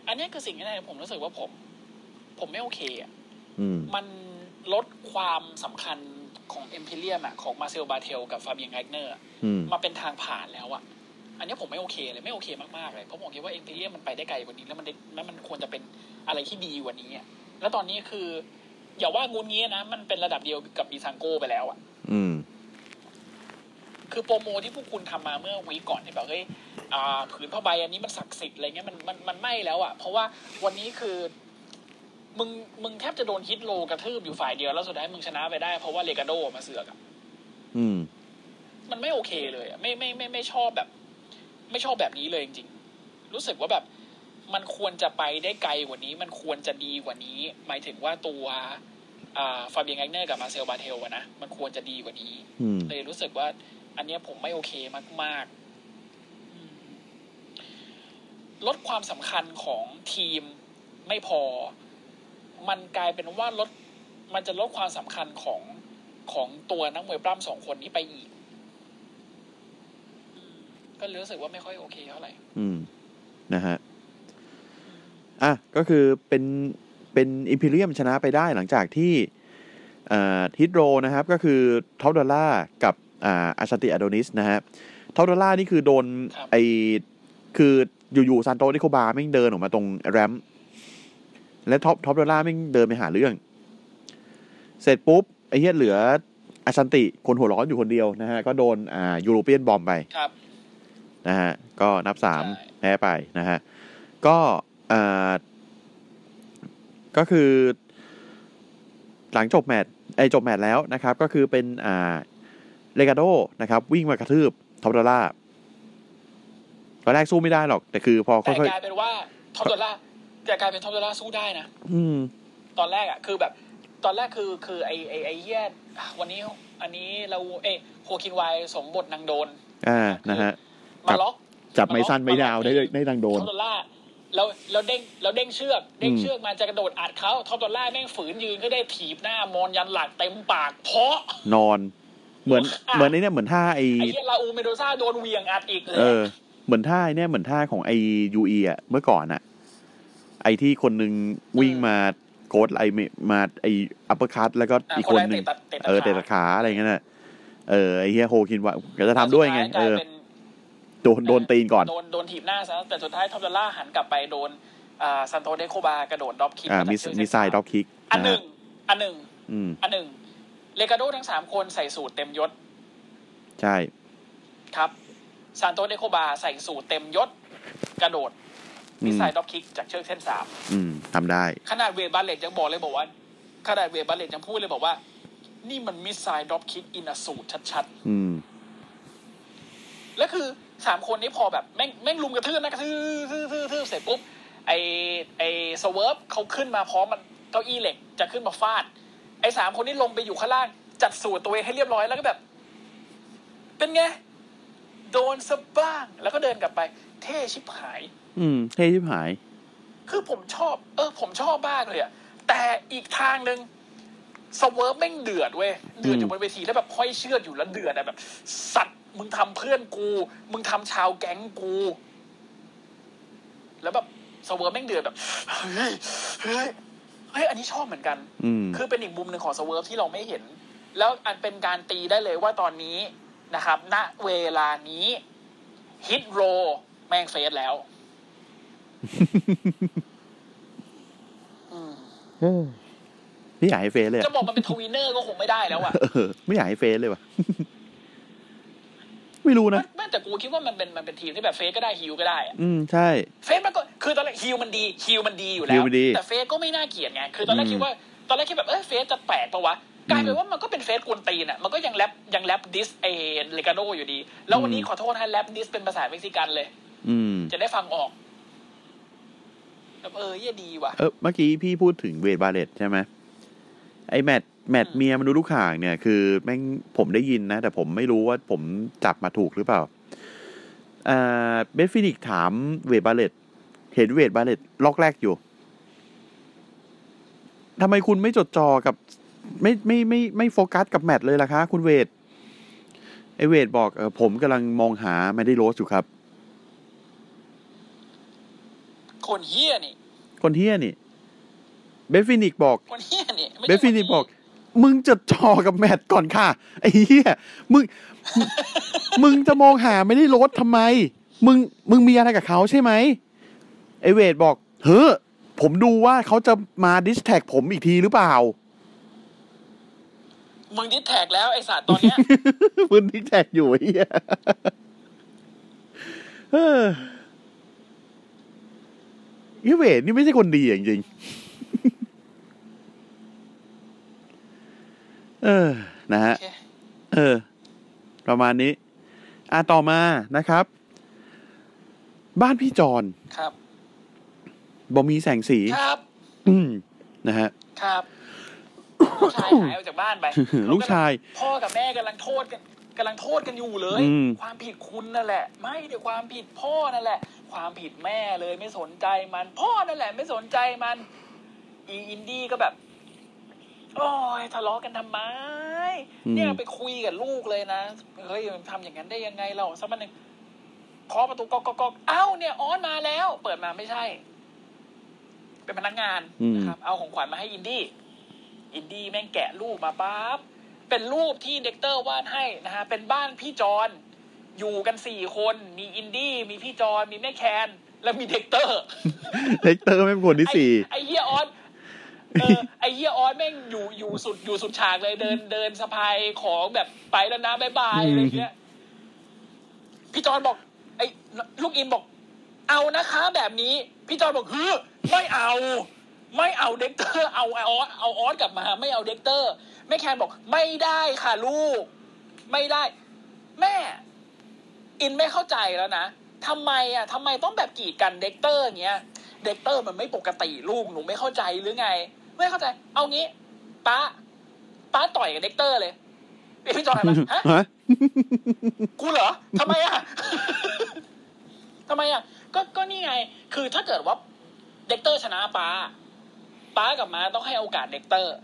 B: อันเนี้ยคือสิ่งที่ทำให้ผมรู้สึกว่าผม ผมไม่โอเคอะ
A: อืม
B: มันลดความสำคัญของเอ็มพ r เรียมอะของมาเซลบาเทลกับฟาเบียนไกเนอร์
A: อืม
B: มาเป็นทางผ่านแล้วอะอันเนี้ยผมไม่โอเคเลยไม่โอเคมากๆเลยเพราะผมคิดว่าเอ็มพีเรียมมันไปได้ไกลกว่านี้แล้วมันได้แล้วมันควรจะเป็นอะไรที่ดีกว่านี้อะแล้วตอนนี้คือ อย่าว่างูงี้นะ มันเป็นระดับเดียวกับดีซังโก้ไปแล้วอะ
A: อืม
B: คือโปรโมที่พวกคุณทำมาเมื่อวีคก่อนที่แบบเฮ้ยอ่าผืนผ้าใบอันนี้มันศักดิ์สิทธิ์อะไรเงี้ยมันมันมันไม่แล้วอะเพราะว่าวันนี้คือมึงมึงแทบจะโดนฮิตโลกระทืบอยู่ฝ่ายเดียวแล้วสุดท้ายมึงชนะไปได้เพราะว่าเลกาโดมาเสือกอะ
A: อืม
B: มันไม่โอเคเลยอะไม่ไม่ไม่ไม่ชอบแบบ ไม่ชอบแบบนี้เลยจริงๆ รู้สึกว่าแบบ มันควรจะไปได้ไกลกว่านี้ มันควรจะดีกว่านี้ หมายถึงว่าตัวอ่าฟาเบียนไกเนอร์กับมาเซลบาเทลอะนะมันควรจะดีกว่านี้
A: อืม
B: เลยรู้สึกว่า อันเนี้ยผมไม่โอเคมากๆอืมลดความสำคัญของทีมไม่พอ มันกลายเป็นว่าลดมันจะลดความสำคัญของของตัวนักมวยปล้ำสองคนนี้ไปอีกอืมก็เลยรู้สึกว่าไม่ค่อยโอเคเท่าไหร่
A: อืม นะฮะ อ่ะ ก็คือเป็นเป็นอิมพีเรียมชนะไปได้หลังจากที่ฮิตโรนะครับ ก็คือท็อปดอลล่ากับอ่าอาชติอโดนิสนะฮะท็อปดอลล่านี่คือโดน
B: ครับ
A: ไอคืออยู่ๆซานโตนิโคบาแม่งเดินออกมาตรงแรมป์และท็อปท็อปดอลล่าแม่งเดินไปหาเรื่อง เสร็จปุ๊บ ไอ้เหี้ยเหลืออาชันติคนหัวร้อนอยู่คนเดียวนะฮะ ก็โดนอ่ายูโรเปียนบอมไป
B: ครับ
A: นะฮะก็นับสาม
B: ใช่
A: แพ้ไปนะฮะก็เอ่อก็คือ หลังจบแมตช์ไอยจบแมตช์แล้วนะครับ ก็คือเป็นอ่าเลกาโดนะครับ วิ่งมากระทืบท็อปดอลล่าตอนแรกสู้ไม่ได้หรอก แต่คือพอ
B: แต่
A: ค่อย
B: กลายเป็นว่าท็อปดอลล่าแต่กลายเป็นท็อปดอลล่าสู้ได้นะ
A: ๆอืม
B: ตอนแรกอ่ะคือแบบตอนแรกคือคือไอไอไอเฮียวันนี้ อันนี้เราเอยโคคินไวายสมบทนางโดน
A: อ่านะฮะ
B: มา
A: ครับ
B: ล็อก
A: จับไม้สั้นไม้ดาวได้ได้ได้ดังโดน
B: ท็อปดอลล่าแล้วแล้วเด้งแล้วเด้งเชือกเด้ง
A: อืม
B: เชือกมาจะกระโดดอัดเขาท็อปดอลล่าแม่งฝืนยืนก็ได้ถีบหน้ามอนยันหลักเต็มปากเพาะ
A: นอน เหมือนเหมือนไอเนี่ยเหมือนท่าไอ
B: ไอเฮียลาอูเมโดซ่าโดนเหวียงอัดอีกเลย
A: เออ เหมือนท่าไอ้เนี่ยเหมือนท่าของไอยูเอะเมื่อก่อนอะไอที่คนหนึ่งวิ่งมาโกดไอเมมาไออัปเปอร์คัตแล้วก็
B: ะ
A: อีกคนหนึ่ง
B: เตะตัดเตะตัด
A: เออเตะตะขาอะไรเงี้ยน่ะเออไอเฮียโฮคินว่าก็จะทำด้วยไง
B: สุท้าก
A: เอ
B: ลาย
A: อ
B: เป็น
A: โดนโดนตีนก่อน
B: โดนโดนถีบหน้าซะแต่สุดท้ายทอมดอลล่าหันกลับไปโดนอ่าซันโตเดโคบากระโดดดรอปคิก
A: อ่า
B: จาก
A: มิส
B: เชือก
A: มิสไซล์ดรอปคิก
B: อันหนึ่ง อันหนึ่ง
A: อืม
B: อันหนึ่ง เลกาโดทั้งสามคนใส่สูตรเต็มยศ
A: ใช่
B: ครับซันโตเดโคบาใส่สูตรเต็มยศ กระโดด
A: อืม
B: มิสไซล์ดรอปคิกจากเชือกเส้นสาม
A: อืมทำได้
B: ขนาดเวทบาเลตยังบอกเลยบอกว่า ขนาดเวทบาเลตยังพูดเลยบอกว่า นี่มันมิสไซล์ดรอปคิกอินอสูตรชัด
A: อืม
B: ๆ แล้วคือสามคนนี้พอแบบแม่งแม่งลุมกระทืบนะกระทืบทืบทืบทืบเสร็จปุ๊บ ไอไอสเวิร์ฟเขาขึ้นมาพร้อมมันเก้าอี้เหล็กจะขึ้นมาฟาด ไอสามคนนี้ลงไปอยู่ข้างล่าง จัดสูตรตัวเองให้เรียบร้อยแล้วก็แบบ เป็นไง โดนซะบ้าง แล้วก็เดินกลับไป เท่ชิบหาย
A: อืม เท่ชิบหาย
B: คือผมชอบ เออ ผมชอบมากเลยอะแต่อีกทางหนึ่งสเวิร์ฟแม่งเดือดเว้ย เดือดอยู่บนเวทีแล้วแบบค่อยเชื่อดอยู่แล้วเดือดอะแบบ สัตว์มึงทำเพื่อนกู มึงทำชาวแก๊งกู แล้วแบบสเวิร์ฟแม่งเดือดแบบเฮ้ยเฮ้ยเฮ้ยอันนี้ชอบเหมือนกัน
A: อืม
B: คือเป็นอีกมุมหนึ่งของสเวิร์ฟที่เราไม่เห็น แล้วอันเป็นการตีได้เลยว่าตอนนี้นะครับ ณเวลานี้ฮิตโรแม่งเฟสแล้ว อืม
A: ไม่อยากให้เฟซเลย
B: จะ
A: อะ
B: บอกมันเป็นทวีเนอร์ก็คงไม่ได้แล้วอะ
A: เออ ไม่อยากให้เฟซเลยว่ะ ไม่รู้นะ
B: แม่แต่กูคิดว่ามันเป็นมันเป็นทีมที่แบบเฟสก็ได้ฮิวก็ได้อะ
A: อืม ใช่
B: เฟสมันก็คือตอนแรกฮิวมันดีฮิวมันดีอยู่แล้
A: ฮิ
B: ว
A: วมันดี
B: แต่เฟสก็ไม่น่าเกลียดไงคือตอนแรก
A: อืม
B: คิดว่า ตอนแรกคิดแบบเออเฟสจะแปลกปะวะกลายเป็นว่ามันก็เป็นเฟสกวนตีนอะมันก็ยังแรปยังแรปดิสเอเลกาโดอยู่ดี แล้ววันนี้
A: อืม
B: ขอโทษนะแรปดิสเป็นภาษาเม็กซิกันเลย
A: อืม
B: จะได้ฟังออกแบบเออเยี่ยดีว่ะ
A: เออเมื่อกี้พี่พูดถึงเวทบาเลตใช่ไหมไอแมทแมทเมียมันดูลูกข่างเนี่ย คือแม่งผมได้ยินนะ แต่ผมไม่รู้ว่าผมจับมาถูกหรือเปล่าเอ่อเบสฟินิกถามเวทบาเลตเห็นเวทบาเลตล็อกแรกอยู่ทำไมคุณไม่จดจ่อกับ ไม่ไม่ไมไม่ไม่โฟกัสกับแมทเลยล่ะคะ คุณเวทไอเวทบอกเออผมกำลังมองหาไม่ได้โรสอยู่ครับ
B: คนเฮี้ยนี่
A: คนเฮี้ยนี่เบสฟินิกบอก
B: คนเฮี้ยนี่ไม่
A: เบ
B: ใช่
A: ฟฟินิ
B: ค
A: ก
B: เหี้ย
A: บอก มึงจะจอกับแมทก่อนค่ะ ไอ้เหี้ย มึง มึงจะมองหาไม่ได้รถทำไม มึง มึงมีอะไรกับเขาใช่ไหม ไอเวทบอก เฮ้อ ผมดูว่าเขาจะมาดิสแท็กผมอีกทีหรือเปล่า
B: มึงดิสแท็กแล้วไอสัตว์ตอน เนี้ย
A: มึงดิสแท็กอยู่ไอ้เหี้ยเออไอเวทนี่ไม่ใช่คนดีอย่างจริง ๆเออ นะฮะ
B: โอเค
A: เออ ประมาณนี้ อ่ะ ต่อมานะครับ บ้านพี่จอน
B: ครับ
A: บ่มีแสงสี
B: ครับ
A: อืมนะฮะ
B: ครับ ลูกชายหายออกจาก บ้านไป
A: ลูกชาย
B: พ่อกับแม่กำลังโทษกันกำลังโทษกันอยู่เลย
A: อืม
B: ความผิดคุณนั่นแหละ ไม่เดี๋ยวความผิดพ่อนั่นแหละ ความผิดแม่เลยไม่สนใจมัน พ่อนั่นแหละ ไม่สนใจมัน อีอินดี้ก็แบบ โอ้ยทะเลาะกันทำไม เนี่ยไปคุยกับลูกเลยนะ เฮ้ยมันทำอย่างนั้นได้ยังไงเราสักวันหนึ่งเคาะประตูก๊อกก๊อกก๊อกเอ้าเนี่ยออนมาแล้ว เปิดมาไม่ใช่ เป็นพนักงาน
A: อืม
B: นะครับ เอาของขวัญมาให้อินดี้ อินดี้แม่งแกะรูปมาปั๊บ เป็นรูปที่เด็กเตอร์วาดให้นะฮะ เป็นบ้านพี่จอนอยู่กันสี่คน มีอินดี้ มีพี่จอน มีแม่แคน แล้วมีเด็กเตอร์
A: เลกเตอร์ไม่เป็นคนที่สี่
B: ไอ้ไอ้เฮียออนเออ ไอ้เฮียออนแม่งอยู่อยู่สุดอยู่สุดฉากเลยเดินเดินสะพายของแบบไปแล้วนะบายบายอะไรเงี้ย พี่จอนบอก ไอ้ลูกอินบอก เอานะคะแบบนี้ พี่จอนบอกฮือไม่เอา ไม่เอาเด็กเตอร์ เอาไอออสเอาออสกลับมา ไม่เอาเด็กเตอร์ แม่แคนบอกไม่ได้ค่ะลูก ไม่ได้ แม่ อินไม่เข้าใจแล้วนะทำไมอ่ะทำไมต้องแบบกีดกันเด็กเตอร์เงี้ย เด็กเตอร์มันไม่ปกติลูกหนูไม่เข้าใจหรือไง ไม่เข้าใจ เอางี้ป้าป้าต่อยกับเด็กเตอร์เลยไอพี่จอนหันมาฮะ
A: ฮะ
B: กูเหรอทำไมอ่ะ ทำไมอ่ะ ก็ก็นี่ไง คือถ้าเกิดว่าเด็กเตอร์ชนะป้า ป้ากับม้าต้องให้โอกาสเด็กเตอร์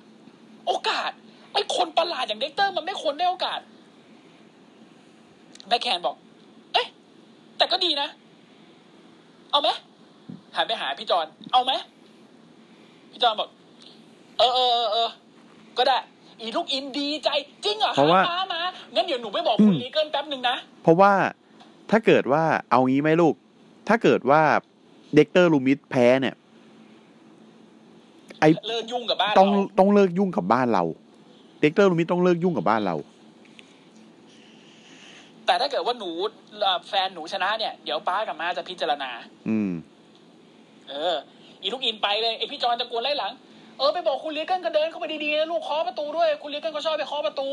B: โอกาส ไอ้คนประหลาดอย่างเด็กเตอร์มันไม่ควรได้โอกาสแม่แคนบอก เอ๊ะ แต่ก็ดีนะ เอาไหมหันไปหาพี่จอน เอาไหมพี่จอนบอก เออเออเออเออ ก็ได้ อีลูกอินดีใจ จริงเหรอค
A: เพราะว่า
B: ป้ามา งั้นเดี๋ยวหนูไปบอกคุณลีเกิลแป๊บหนึ่งนะ
A: เพราะว่าถ้าเกิดว่าเอางี้ไหมลูก ถ้าเกิดว่าเด็กเตอร์ลูมิสแพ้เนี่ย
B: เลิกยุ่งกับบ้าน
A: ต้อง
B: เรา
A: ต้องเลิกยุ่งกับบ้านเรา เด็กเตอร์ลูมิสต้องเลิกยุ่งกับบ้านเรา
B: แต่ถ้าเกิดว่าหนูเอ่อแฟนหนูชนะเนี่ย เดี๋ยวป้ากับมาจะพิจารณา
A: อืม
B: เออ อีลูกอินไปเลยไอพี่จอนตะโกนไล่หลัง เออไปบอกคุณลิเกิลก็เดินเข้าไปดีๆนะลูกเคาะประตูด้วย คุณลิเกิลก็ชอบไปเคาะประตู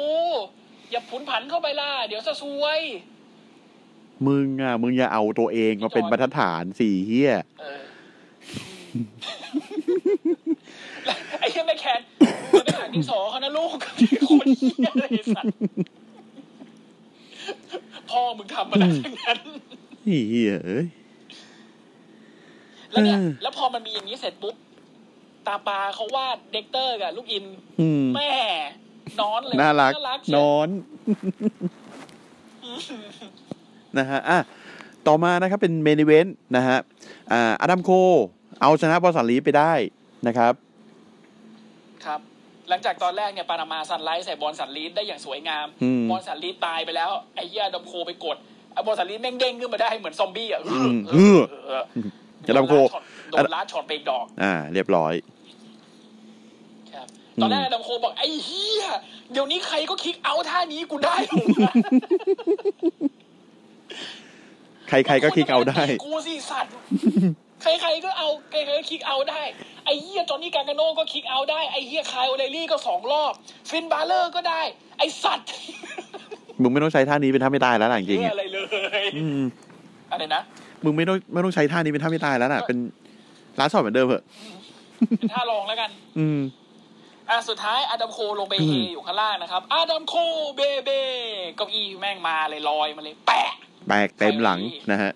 B: อย่าผุนผันเข้าไปล่ะเดี๋ยวจะซวย
A: มึงอ่ะ มึงอย่าเอาตัวเองมาเป็นบรรทัดฐานสี่เฮีย
B: เออไอ้เหี้ยแม่แคนมันเป็นฐานที่สองเขานะลูกคนเหี้ยอะไรสัตว์พ่อมึงทำมาได้ทั้งนั้น
A: ไอ้เฮียเอ้ย
B: แล้วเนี่ย
A: เออ
B: แล้วพอมันมีอย่างนี้เสร็จปุ๊บ ตาปาเขาวาดเด็กเตอร์กับลูกอิน
A: อืม
B: แม่นอนเลย
A: น่ารัก
B: น่ารักเชียวน
A: อน นะฮะ อ่ะ ต่อมานะครับเป็นเมนิเวนนะฮะ อ่าอดัมโค เอาชนะบอลสันลีฟไปได้นะครับ
B: ครับ หลังจากตอนแรกเนี่ยปานามาซันไลท์ใส่บอลสันลีดได้อย่างสวยงาม
A: อืม
B: บอลสันลีดตายไปแล้ว ไอ้เหี้ยดัมโคไปกดไอ้บอลสันลีดแม่งเด้งขึ้นมาได้เหมือนซอมบี้อ่ะเออเออเออ
A: อดัมโค
B: โดนลาดช็อตไปอีกดอก
A: อ่า เรียบร้อย
B: ครับ ตอนแรกดัมโคบอกไอ้เหี้ยเดี๋ยวนี้ใครก็คิกเอาท์ท่านี้กูได้หรอวะ
A: ใครๆก็คิกเอาได้
B: กูสิสัตว์ ใครๆก็เอาใครๆก็คิกเอาได้ ไอ้เหี้ยจอห์นนี่การกาโน่ก็คิกเอาได้ ไอ้เหี้ยคายโอเลรี่ก็สองรอบ ฟินบาเลอร์ก็ได้ ไอ้สัตว์
A: มึงไม่ต้องใช้ท่านี้เป็นท่าไม่ตายแล้วล่ะจริงๆ
B: เหี้ย
A: อ่ะ
B: อะไรเลย
A: อืม
B: อะไรนะ
A: มึงไม่ต้องไม่ต้องใช้ท่านี้เป็นท่าไม่ตายแล้วน่ะ เป็นร้านสอบเหมือนเดิมเหอะ
B: เป็นท่าลองแล้วกัน
A: อืม
B: อ่ะสุดท้ายอดัมโคลงไป
A: อื
B: เฮ
A: ม
B: อยู่ข้างล่างนะครับอดัมโคเบเบเก้าอี้แม่งมาเลยลอยมาเลยแปะ
A: แบกเต็มหลังนะฮะ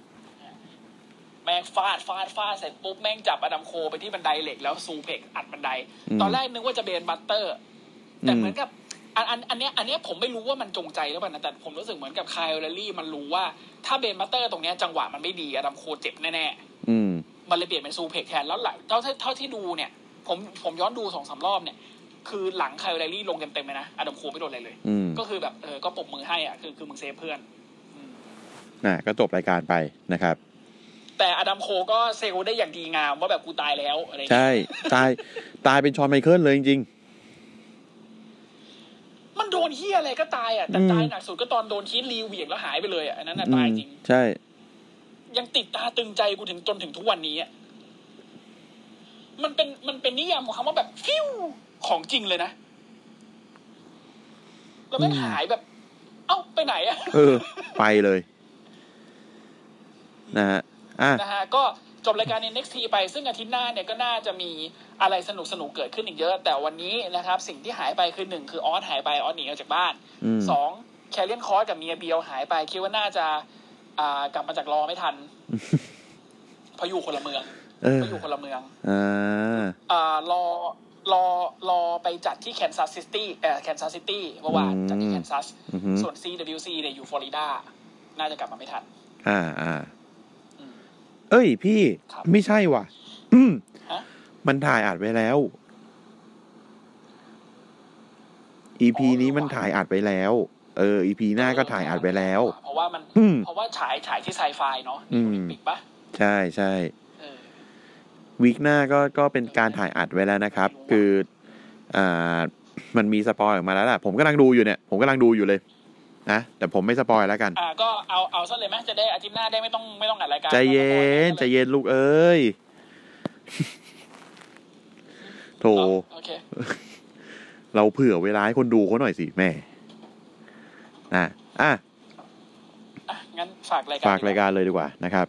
B: แม่งฟาดฟาดฟาดเสร็จปุ๊บแม่งจับอดัมโคไปที่บันไดเหล็กแล้วซูเพกอัดบันได
A: อืม
B: ตอนแรกนึกว่าจะเบนบัตเตอร์ แต่เหมือนกับอันอันอันเนี้ยอันเนี้ยผมไม่รู้ว่ามันจงใจหรือเปล่านะแต่ผมรู้สึกเหมือนกับคายเอลลี่มันรู้ว่าถ้าเบนบัตเตอร์ตรงเนี้ยจังหวะมันไม่ดีอดัมโคเจ็บแน่
A: อืม
B: ๆ มันเลยเปลี่ยนเป็นซูเพกแทนแล้วหลังเท่าที่เท่าที่ดูเนี่ย ผมผมย้อนดูสองสามรอบเนี่ย คือหลังคายเอลลี่ลงเต็มๆเลยนะอดัมโคไม่โดนอะไรเลย
A: อืม
B: ก็คือแบบเออก็ปรบมือให้อ่ะคือคือมึงเซฟเพื่อน
A: น่ะก็จบรายการไปนะครับ
B: แต่อดัมโคก็เซลได้อย่างดีงามว่าแบบกูตายแล้วอะไรอย่างเงี้ย
A: ใช่ ตาย ตายเป็นชอนไมเคิลเลยจริง
B: มันโดนเฮียอะไรก็ตายอ่ะแต่
A: อืม
B: ตายหนักสุดก็ตอนโดนคีดรีเหวี่ยงแล้วหายไปเลยอ่ะอันนั้น
A: ๆ
B: อ่ะ
A: อื
B: ตาย
A: ม
B: จริง
A: ใช่
B: ยังติดตาตึงใจกูถึงจนถึงทุกวันนี้อ่ะมันเป็นมันเป็นนิยามของคำว่าแบบฟิวของจริงเลยนะแล้วไม่ง
A: อืม
B: หายแบบ เอ้าไปไหนอ่ะ
A: เออ ไปเลย นะฮะ อ่ะ
B: นะฮะก็จบรายการ NXT ไปซึ่งอาทิตย์หน้าเนี่ยก็น่าจะมีอะไรสนุกสนุกๆเกิดขึ้นอีกเยอะ แต่วันนี้นะครับ สิ่งที่หายไปคือหนึ่งคือออสหายไปออสหนีออกจากบ้าน
A: อืม
B: สองแคลเลียนคอร์สกับเมียเบียวหายไป คิดว่าน่าจะอ่ากลับมาจากรอไม่ทันเพราะอยู่คนละเมือง
A: เออ
B: เพราะอยู่คนละเมือง
A: อ่า
B: อ่ารอรอรอไปจัดที่แคนซัสซิตี้เออแคนซัสซิตี้เมื่อวาน
A: อืม
B: จัดที่แคนซัส
A: อือหือ
B: ส่วน CWC เนี่ยอยู่ฟลอริดาน่าจะกลับมาไม่ทัน
A: อ่า อ่า
B: อืม
A: เอ้ย พี่
B: ครับ
A: ไม่ใช่ว่ะ อืม
B: ฮะ
A: มันถ่ายอัดไว้แล้ว EP นี้มันถ่ายอัดไว้แล้ว เออ EP หน้าก็ถ่ายอัดไว้แล้ว
B: เพราะว่ามัน
A: อืม
B: เพราะว่าฉายฉายที่ไซไฟเนาะ
A: อืม
B: ปิกปะ
A: ใช่ใช่
B: เออ
A: วีคหน้าก็ก็เป็นการถ่ายอัดไว้แล้วนะครับ คืออ่ามันมีสปอยออกมาแล้วล่ะ ผมกำลังดูอยู่เนี่ย ผมกำลังดูอยู่เลย นะ แต่ผมไม่สปอยแล้วกัน
B: อ่าก็เอาเอาซะเลยไหมจะได้อาทิตย์หน้าได้ไม่ต้องไม่ต้องอัดรายการ
A: ใจเย็น ใจเย็นลูกเอ้ย โถ
B: โอ้โอเค
A: เราเผื่อเวลาให้คนดูเขาหน่อยสิแม่นะอ่ะ
B: อ่ะงั้นฝากรายการ
A: ฝากรายการเลยดีกว่านะครับ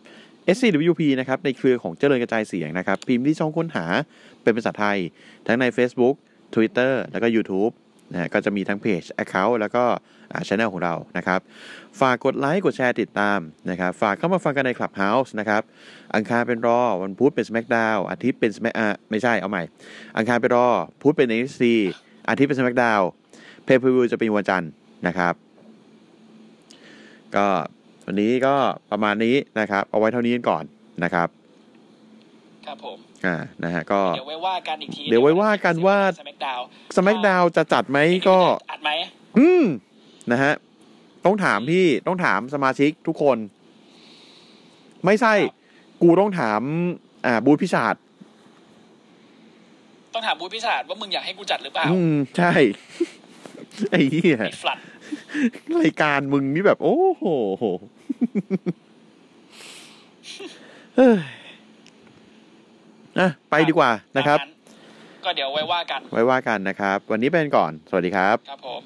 A: SCWP นะครับ ในเครือของเจริญกระจายเสียงนะครับ พิมพ์ที่ช่องค้นหาเป็นภาษาไทย ทั้งใน Facebook Twitter แล้วก็ YouTube นะฮะก็จะมีทั้งเพจ Account แล้วก็ช่องของเรานะครับ ฝากกดไลค์กดแชร์ติดตามนะครับ ฝากเข้ามาฟังกันใน Clubhouse นะครับ อังคารเป็นรอ วันพุธเป็น SmackDown อาทิตย์เป็น Smack อ่ะไม่ใช่เอาใหม่ อังคารเป็นรอ พุธเป็น NXT อาทิตย์เป็น SmackDown เพย์พวิวจะเป็นวันจันทร์นะครับ ก็ วันนี้ก็ประมาณนี้นะครับ เอาไว้เท่านี้กันก่อนนะครับ
B: ครับผม
A: อ่า นะฮะ ก็
B: เดี๋ยวไว้ว่ากันอีกที
A: เดี๋ยวไว้ว่ากันว่า
B: สมักดาว
A: สมั d ดาวจะจัดไหมก็
B: อัดไหม
A: อืม นะฮะ ต้องถามพี่ ต้องถามสมาชิกทุกคน ไม่ใช่ กูต้องถาม อ่า บูธพิชาติ
B: ต้องถามบูธพิศาจว่ามึงอยากให้กูจัดหรือเปล่า
A: อืม ใช่ ไอ้เหี้ย
B: ไอ้ฟลัด
A: รายการมึงนี่แบบ โอ้โห เฮ้ยอ่ะ ไปดีกว่านะครับ
B: ตาม ก็เดี๋ยวไว้ว่ากัน
A: ไว้ว่ากันนะครับ วันนี้เป็นก่อน สวัสดีครับ
B: ครับผม